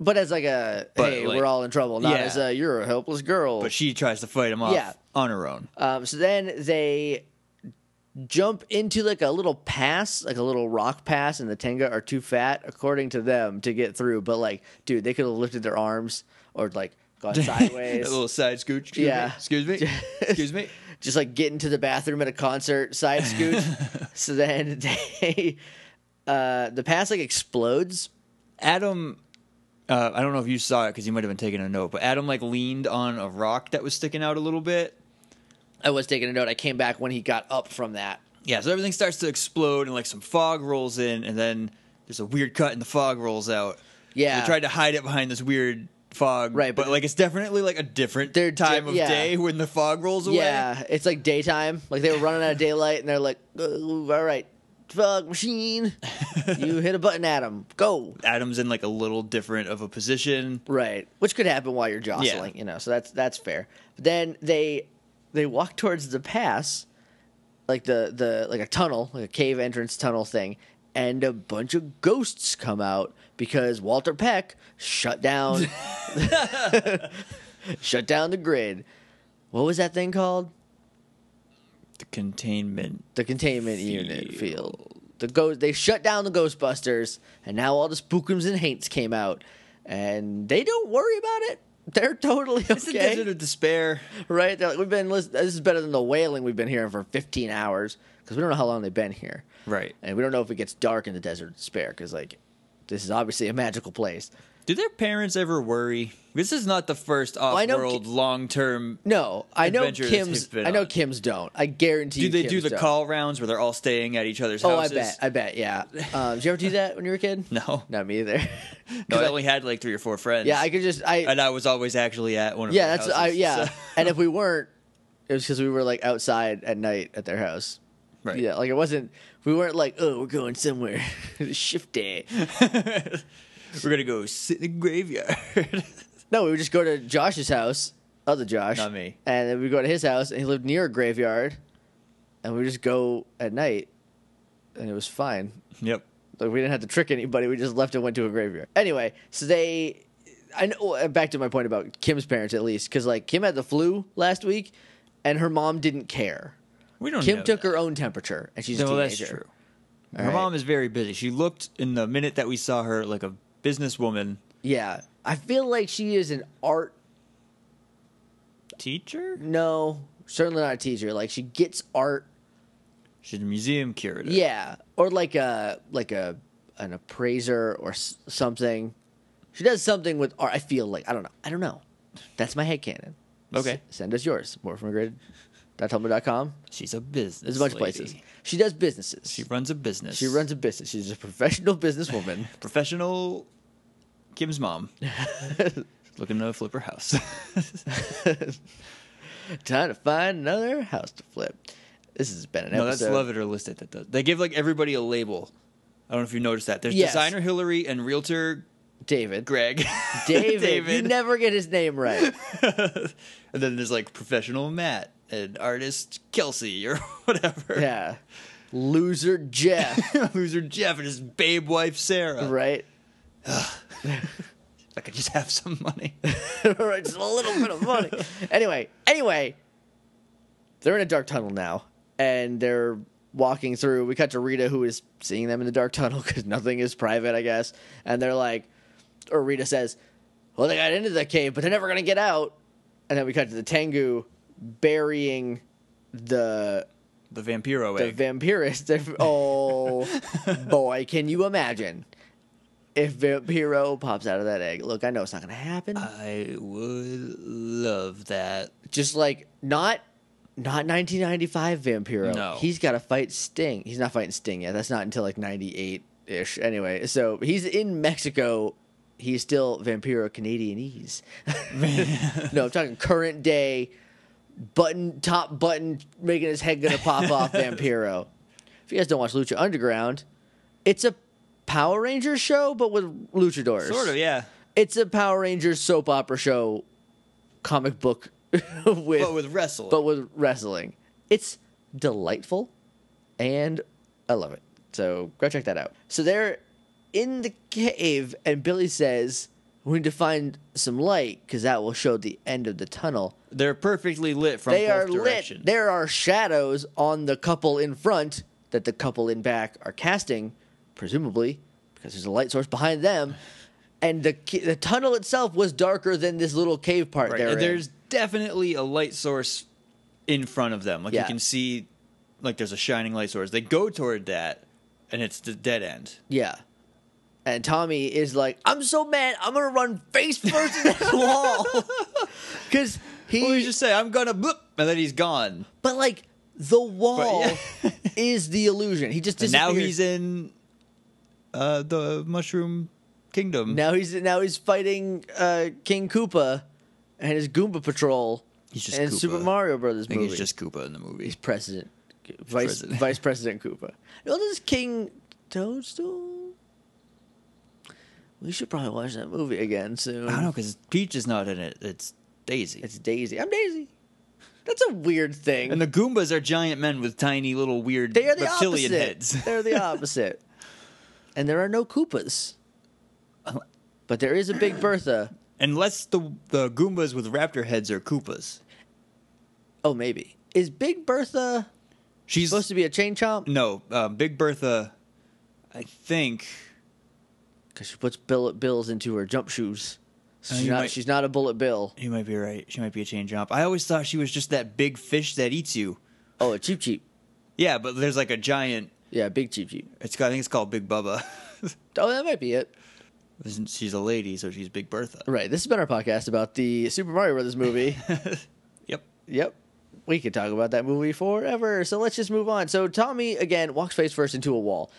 Speaker 1: but as like a
Speaker 2: But,
Speaker 1: hey,
Speaker 2: like-
Speaker 1: we're all in trouble. Not
Speaker 2: Yeah.
Speaker 1: as a you're a helpless girl.
Speaker 2: But she tries to fight him off
Speaker 1: Yeah.
Speaker 2: on her own.
Speaker 1: Um, so then they jump into like a little pass, like a little rock pass, and the Tenga are too fat, according to them, to get through. But like, dude, they could have lifted their arms or like gone sideways.
Speaker 2: a little side scooch. Excuse
Speaker 1: Yeah.
Speaker 2: Me. Excuse me. Excuse me.
Speaker 1: just like getting to the bathroom at a concert side scoot. so then they, uh, the pass like explodes.
Speaker 2: Adam, uh, I don't know if you saw it because you might have been taking a note, but Adam like leaned on a rock that was sticking out a little bit.
Speaker 1: I was taking a note. I came back when he got up from that.
Speaker 2: Yeah, so everything starts to explode and like some fog rolls in, and then there's a weird cut and the fog rolls out.
Speaker 1: Yeah.
Speaker 2: they tried to hide it behind this weird fog,
Speaker 1: Right,
Speaker 2: But,
Speaker 1: but-
Speaker 2: like it's definitely like a different
Speaker 1: They're di-
Speaker 2: time of
Speaker 1: yeah.
Speaker 2: day when the fog rolls away.
Speaker 1: Yeah, it's like daytime. Like they were running out of daylight, and they're like, "Ooh, "All right, fuck machine, you hit a button at him, go."
Speaker 2: Adam's in like a little different of a position.
Speaker 1: Right, which could happen while you're jostling,
Speaker 2: Yeah.
Speaker 1: you know. So that's that's fair. But then they they walk towards the pass, like the the like a tunnel, like a cave entrance tunnel thing, and a bunch of ghosts come out because Walter Peck shut down shut down the grid. What was that thing called?
Speaker 2: The containment.
Speaker 1: the containment unit field. The ghost they shut down the Ghostbusters, and now all the spookums and haints came out, and they don't worry about it. They're totally
Speaker 2: It's the
Speaker 1: okay,
Speaker 2: desert of despair.
Speaker 1: right? They're like, we've been listen- this is better than the wailing we've been hearing for 15 hours because we don't know how long they've been here,
Speaker 2: Right.
Speaker 1: And we don't know if it gets dark in the desert of despair because like this is obviously a magical place.
Speaker 2: Do their parents ever worry? This is not the first
Speaker 1: I know
Speaker 2: off-world
Speaker 1: Ki-
Speaker 2: long-term.
Speaker 1: No, I know
Speaker 2: Adventure that's
Speaker 1: Kim's.
Speaker 2: been
Speaker 1: I know
Speaker 2: on.
Speaker 1: Kim's don't. I guarantee.
Speaker 2: Do
Speaker 1: you
Speaker 2: they
Speaker 1: Kim's
Speaker 2: do the
Speaker 1: don't.
Speaker 2: call rounds where they're all staying at each other's
Speaker 1: Oh, I
Speaker 2: houses?
Speaker 1: bet. I bet. Yeah. Um, did you ever do that when you were a kid?
Speaker 2: No.
Speaker 1: Not me either.
Speaker 2: No,
Speaker 1: 'Cause
Speaker 2: I
Speaker 1: I-
Speaker 2: only had like three or four friends.
Speaker 1: Yeah, I could just I
Speaker 2: and I was always actually at one of
Speaker 1: yeah
Speaker 2: their
Speaker 1: that's I
Speaker 2: houses,
Speaker 1: yeah.
Speaker 2: so-
Speaker 1: and if we weren't, it was because we were like outside at night at their house.
Speaker 2: Right.
Speaker 1: Yeah, like it wasn't. We weren't like oh we're going somewhere shift day.
Speaker 2: We're gonna go sit in the graveyard.
Speaker 1: No, we would just go to Josh's house, other Josh,
Speaker 2: Not me.
Speaker 1: and then we go to his house, and he lived near a graveyard, and we just go at night, and it was fine.
Speaker 2: yep.
Speaker 1: Like we didn't have to trick anybody. We just left and went to a graveyard. Anyway, so they, I know. uh, Back to my point about Kim's parents, at least, because like Kim had the flu last week, and her mom didn't care.
Speaker 2: We don't.
Speaker 1: Kim
Speaker 2: know
Speaker 1: took
Speaker 2: that.
Speaker 1: her own temperature, and she's a
Speaker 2: Oh, No,
Speaker 1: teenager.
Speaker 2: that's true. her
Speaker 1: right.
Speaker 2: mom is very busy. She looked in the minute that we saw her like a businesswoman
Speaker 1: Yeah, I feel like she is an art.
Speaker 2: teacher.
Speaker 1: No, certainly not a teacher. Like she gets art.
Speaker 2: She's a museum curator.
Speaker 1: Yeah, or like a like a an appraiser or s- something. She does something with art. I feel like I don't know. I don't know. That's my headcanon.
Speaker 2: Okay.
Speaker 1: S- send us yours. More from a grid. com.
Speaker 2: She's a business.
Speaker 1: There's a bunch
Speaker 2: lady.
Speaker 1: of places. She does businesses.
Speaker 2: She
Speaker 1: She,
Speaker 2: runs a business.
Speaker 1: runs a business. She's a professional businesswoman.
Speaker 2: professional. Kim's mom. Looking to flip her house.
Speaker 1: Time to find another house to flip. This has been an
Speaker 2: no, that's
Speaker 1: episode.
Speaker 2: love it or list it. That does. They give like everybody a label. I don't know if you noticed that. There's
Speaker 1: Yes.
Speaker 2: designer Hillary and realtor
Speaker 1: David.
Speaker 2: Greg.
Speaker 1: David. You never get his name right.
Speaker 2: and then there's like professional Matt and artist Kelsey or whatever.
Speaker 1: yeah. Loser Jeff.
Speaker 2: Loser Jeff and his babe wife Sarah.
Speaker 1: right.
Speaker 2: I could just have some money.
Speaker 1: Right, just a little bit of money. Anyway, anyway, they're in a dark tunnel now, and they're walking through. We cut to Rita, who is seeing them in the dark tunnel because nothing is private, I guess. And they're like, or Rita says, "Well, they got into the cave, but they're never gonna get out." And then we cut to the Tengu burying the
Speaker 2: the Vampiro
Speaker 1: the
Speaker 2: egg.
Speaker 1: vampirist. If- oh boy, can you imagine if Vampiro pops out of that egg? Look, I know it's not gonna happen
Speaker 2: I would love that.
Speaker 1: just like not not 1995 Vampiro.
Speaker 2: No.
Speaker 1: He's got to fight Sting. He's not fighting Sting yet. That's not until like 98 ish. Anyway, so he's in Mexico. He's still Vampiro Canadianese. no, I'm talking current day button top button making his head gonna pop off Vampiro. If you guys don't watch Lucha Underground, it's a Power Rangers show but with luchadors.
Speaker 2: Sort of, yeah.
Speaker 1: It's a Power Rangers soap opera show, comic book with
Speaker 2: But with wrestling.
Speaker 1: but with wrestling. It's delightful, and I love it. So go check that out. So they're in the cave, and Billy says, We need to find some light because that will show the end of the tunnel.
Speaker 2: They're perfectly lit from
Speaker 1: they
Speaker 2: both
Speaker 1: are
Speaker 2: directions.
Speaker 1: lit. There are shadows on the couple in front that the couple in back are casting, presumably because there's a light source behind them. And the ki- the tunnel itself was darker than this little cave part
Speaker 2: Right.
Speaker 1: there.
Speaker 2: and there's definitely a light source in front of them. Like
Speaker 1: Yeah.
Speaker 2: you can see, like there's a shining light source. They go toward that, and it's the dead end.
Speaker 1: yeah. And Tommy is like, I'm so mad, I'm gonna run face first in this wall, because he
Speaker 2: Well, you just say, "I'm gonna," bloop, and then he's gone.
Speaker 1: But like the wall
Speaker 2: yeah.
Speaker 1: is the illusion. He just
Speaker 2: And
Speaker 1: disappears.
Speaker 2: now he's in uh, the Mushroom Kingdom.
Speaker 1: now he's now he's fighting uh, King Koopa and his Goomba Patrol.
Speaker 2: He's just
Speaker 1: and
Speaker 2: Koopa.
Speaker 1: Super Mario Brothers
Speaker 2: I think
Speaker 1: movie.
Speaker 2: he's just Koopa in the movie.
Speaker 1: president, vice
Speaker 2: President.
Speaker 1: vice president Koopa. No, this is King Toadstool. We should probably watch that movie again soon.
Speaker 2: I don't know because Peach is not in it. It's Daisy.
Speaker 1: It's Daisy. I'm Daisy. That's a weird thing.
Speaker 2: and the Goombas are giant men with tiny little weird
Speaker 1: They are the
Speaker 2: reptilian
Speaker 1: opposite.
Speaker 2: heads.
Speaker 1: They're the opposite. and there are no Koopas.
Speaker 2: Oh.
Speaker 1: But there is a Big Bertha.
Speaker 2: Unless the the Goombas with raptor heads are Koopas.
Speaker 1: Oh, maybe. Is Big Bertha
Speaker 2: She's
Speaker 1: supposed to be a chain chomp?
Speaker 2: No, uh, Big Bertha. I think
Speaker 1: Because she puts bullet bills into her jump shoes. So
Speaker 2: Uh,
Speaker 1: she's,
Speaker 2: you
Speaker 1: not,
Speaker 2: might-
Speaker 1: she's not a bullet bill.
Speaker 2: you might be right. She might be a chain jump. I always thought she was just that big fish that eats you.
Speaker 1: Oh, a cheap cheap.
Speaker 2: Yeah, but there's like a giant.
Speaker 1: Yeah, big cheap cheap.
Speaker 2: It's got, I think it's called Big Bubba.
Speaker 1: Oh, that might be it.
Speaker 2: Isn't- she's a lady, so she's Big Bertha.
Speaker 1: Right. This has been our podcast about the Super Mario Brothers movie.
Speaker 2: Yep.
Speaker 1: Yep. We could talk about that movie forever. So let's just move on. So Tommy, again, walks face first into a wall.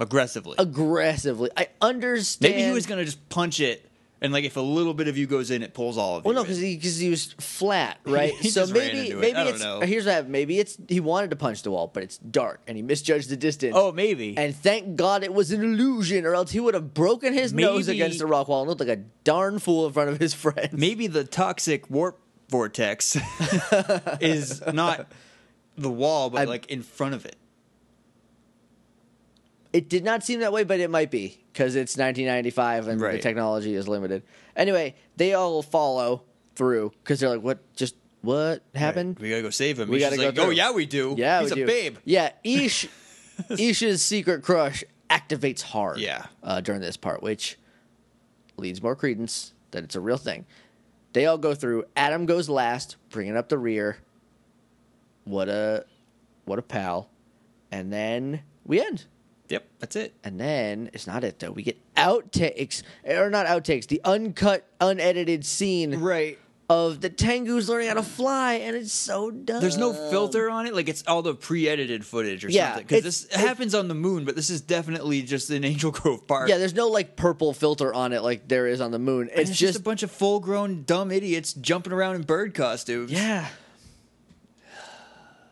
Speaker 2: Aggressively.
Speaker 1: Aggressively. I understand.
Speaker 2: Maybe he was gonna just punch it, and like if a little bit of you goes in, it pulls all of
Speaker 1: Well,
Speaker 2: you.
Speaker 1: no, because he because he was flat, right?
Speaker 2: He
Speaker 1: so
Speaker 2: just ran
Speaker 1: maybe
Speaker 2: into it.
Speaker 1: maybe
Speaker 2: I don't
Speaker 1: it's
Speaker 2: know.
Speaker 1: here's what happened. Maybe it's he wanted to punch the wall, but it's dark and he misjudged the distance.
Speaker 2: oh, maybe.
Speaker 1: and thank God it was an illusion, or else he would have broken his nose
Speaker 2: Maybe-
Speaker 1: against the rock wall and looked like a darn fool in front of his friends.
Speaker 2: maybe the toxic warp vortex is not the wall, but
Speaker 1: I-
Speaker 2: like in front of it.
Speaker 1: It did not seem that way, but it might be because it's 1995 and the
Speaker 2: Right.
Speaker 1: technology is limited. Anyway, they all follow through because they're like, "What just what happened?"
Speaker 2: Right. We gotta go save him.
Speaker 1: We
Speaker 2: He's
Speaker 1: gotta
Speaker 2: just
Speaker 1: go
Speaker 2: like, oh
Speaker 1: through.
Speaker 2: yeah, we do.
Speaker 1: Yeah,
Speaker 2: he's
Speaker 1: we
Speaker 2: a
Speaker 1: do.
Speaker 2: babe.
Speaker 1: Yeah, Ish, Ish's secret crush activates hard.
Speaker 2: Yeah.
Speaker 1: uh, during this part, which leads more credence that it's a real thing. They all go through. Adam goes last, bringing up the rear. What a, what a pal, and then we end.
Speaker 2: Yep, that's it.
Speaker 1: And then it's not it though. We get outtakes or not outtakes, the uncut, unedited scene
Speaker 2: Right.
Speaker 1: of the Tengu's learning how to fly, and it's so dumb.
Speaker 2: There's no filter on it. Like it's all the pre-edited footage or
Speaker 1: Um, Yeah,
Speaker 2: something. Because
Speaker 1: it's-
Speaker 2: this
Speaker 1: it-
Speaker 2: happens on the moon, but this is definitely just in Angel Grove Park.
Speaker 1: Yeah, there's no like purple filter on it like there is on the moon.
Speaker 2: And
Speaker 1: It's,
Speaker 2: it's just,
Speaker 1: just,
Speaker 2: a bunch of full-grown dumb idiots jumping around in bird costumes.
Speaker 1: yeah.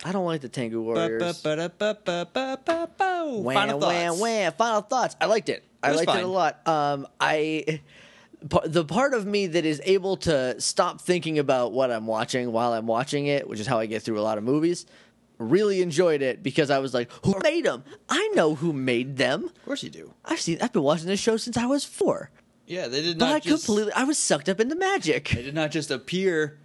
Speaker 1: I don't like the Tengu Warriors.
Speaker 2: Ba-ba-ba-da-ba-ba-ba-bow.
Speaker 1: Wah,
Speaker 2: Final
Speaker 1: wah,
Speaker 2: thoughts.
Speaker 1: wah. Final thoughts. I liked it. I
Speaker 2: was
Speaker 1: liked it a
Speaker 2: fine.
Speaker 1: lot. Um, I pa- the part of me that is able to stop thinking about what I'm watching while I'm watching it, which is how I get through a lot of movies. Really enjoyed it because I was like, "Who made them? I know who made them.
Speaker 2: Of course you do.
Speaker 1: I've seen. I've been watching this show since I was four,
Speaker 2: Yeah, they did
Speaker 1: but
Speaker 2: not
Speaker 1: I
Speaker 2: just,
Speaker 1: completely. I was sucked up in the magic."
Speaker 2: They did not just appear.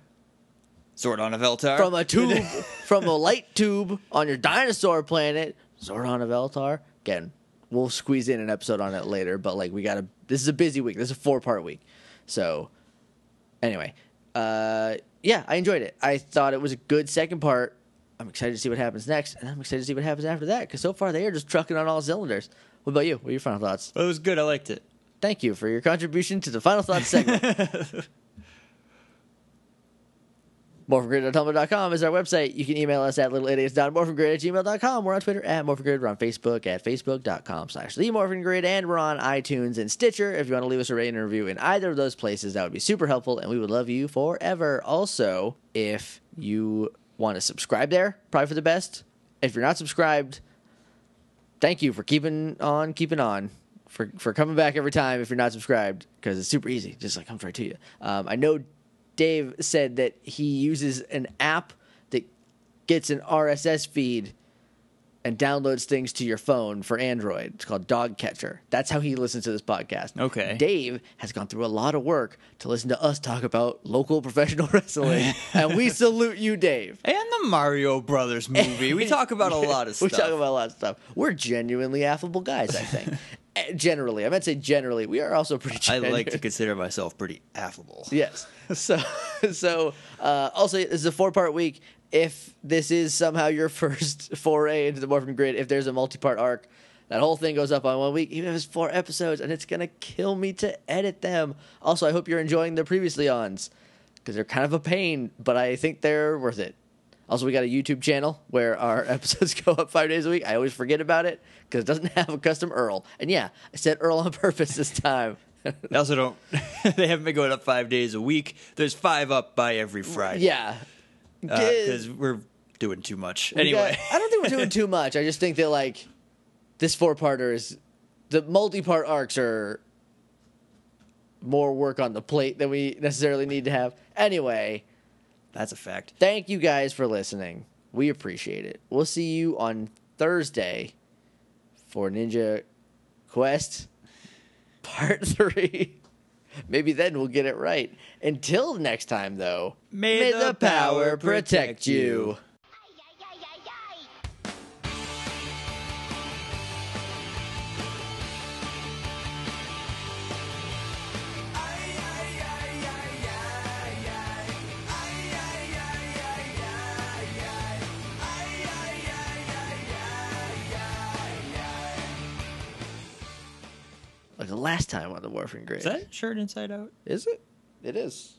Speaker 2: Zordon of Eltar
Speaker 1: from a tube, from a light tube on your dinosaur planet, Zordon of Eltar. Again, we'll squeeze in an episode on it later, but like we gotta. This is a busy week. This is a four part week. So, anyway, uh, yeah, I enjoyed it. I thought it was a good second part. I'm excited to see what happens next, and I'm excited to see what happens after that because so far they are just trucking on all cylinders. What about you? What are your final thoughts?
Speaker 2: But it was good. I liked it.
Speaker 1: Thank you for your contribution to the final thoughts segment. MorphingGrid.tumblr.com is our website. You can email us at littleidiots.morphingrid at gmail.com. We're on Twitter at morphingrid. We're on Facebook at facebook.com slash the Morphin Grid, And we're on iTunes and Stitcher. If you want to leave us a rating and review in either of those places, that would be super helpful and we would love you forever. Also, if you want to subscribe there, probably for the best. If you're not subscribed, thank you for keeping on keeping on for for coming back every time if you're not subscribed because it's super easy just like comes right to you um, i know dave said that he uses an app that gets an rss feed and downloads things to your phone for Android. It's called Dogcatcher. That's how he listens to this podcast.
Speaker 2: Okay.
Speaker 1: Dave has gone through a lot of work to listen to us talk about local professional wrestling, and we salute you, Dave.
Speaker 2: And the Mario Brothers movie. We talk about a lot of stuff.
Speaker 1: We talk about a lot of stuff. We're genuinely affable guys, I think. Eh, generally, I meant to say generally. We are also pretty.
Speaker 2: I
Speaker 1: Genuine.
Speaker 2: like to consider myself pretty affable.
Speaker 1: Yes. So, so uh, also, this is a four part week. If this is somehow your first foray into the Morphin Grid, if there's a multi part arc, that whole thing goes up on one week, even if it's four episodes, and it's going to kill me to edit them. Also, I hope you're enjoying the previously ons because they're kind of a pain, but I think they're worth it. Also, we got a YouTube channel where our episodes go up five days a week. I always forget about it because it doesn't have a custom Earl. And yeah, I said Earl on purpose this time.
Speaker 2: They also don't. they haven't been going up five days a week. There's five up by every Friday.
Speaker 1: yeah.
Speaker 2: Uh, because we're doing too much.
Speaker 1: We got-
Speaker 2: Anyway,
Speaker 1: I don't think we're doing too much. I just think that like this four parter is the multi part arcs are more work on the plate than we necessarily need to have. Anyway,
Speaker 2: that's a fact.
Speaker 1: thank you guys for listening. We appreciate it. We'll see you on Thursday for Ninja Quest Part 3. Maybe then we'll get it right. Until next time, though,
Speaker 2: May the power protect you.
Speaker 3: Ay, ay, ay, ay, ay.
Speaker 1: Like the last time on the Warframe Grid.
Speaker 2: Is that shirt inside out?
Speaker 1: Is it? It is.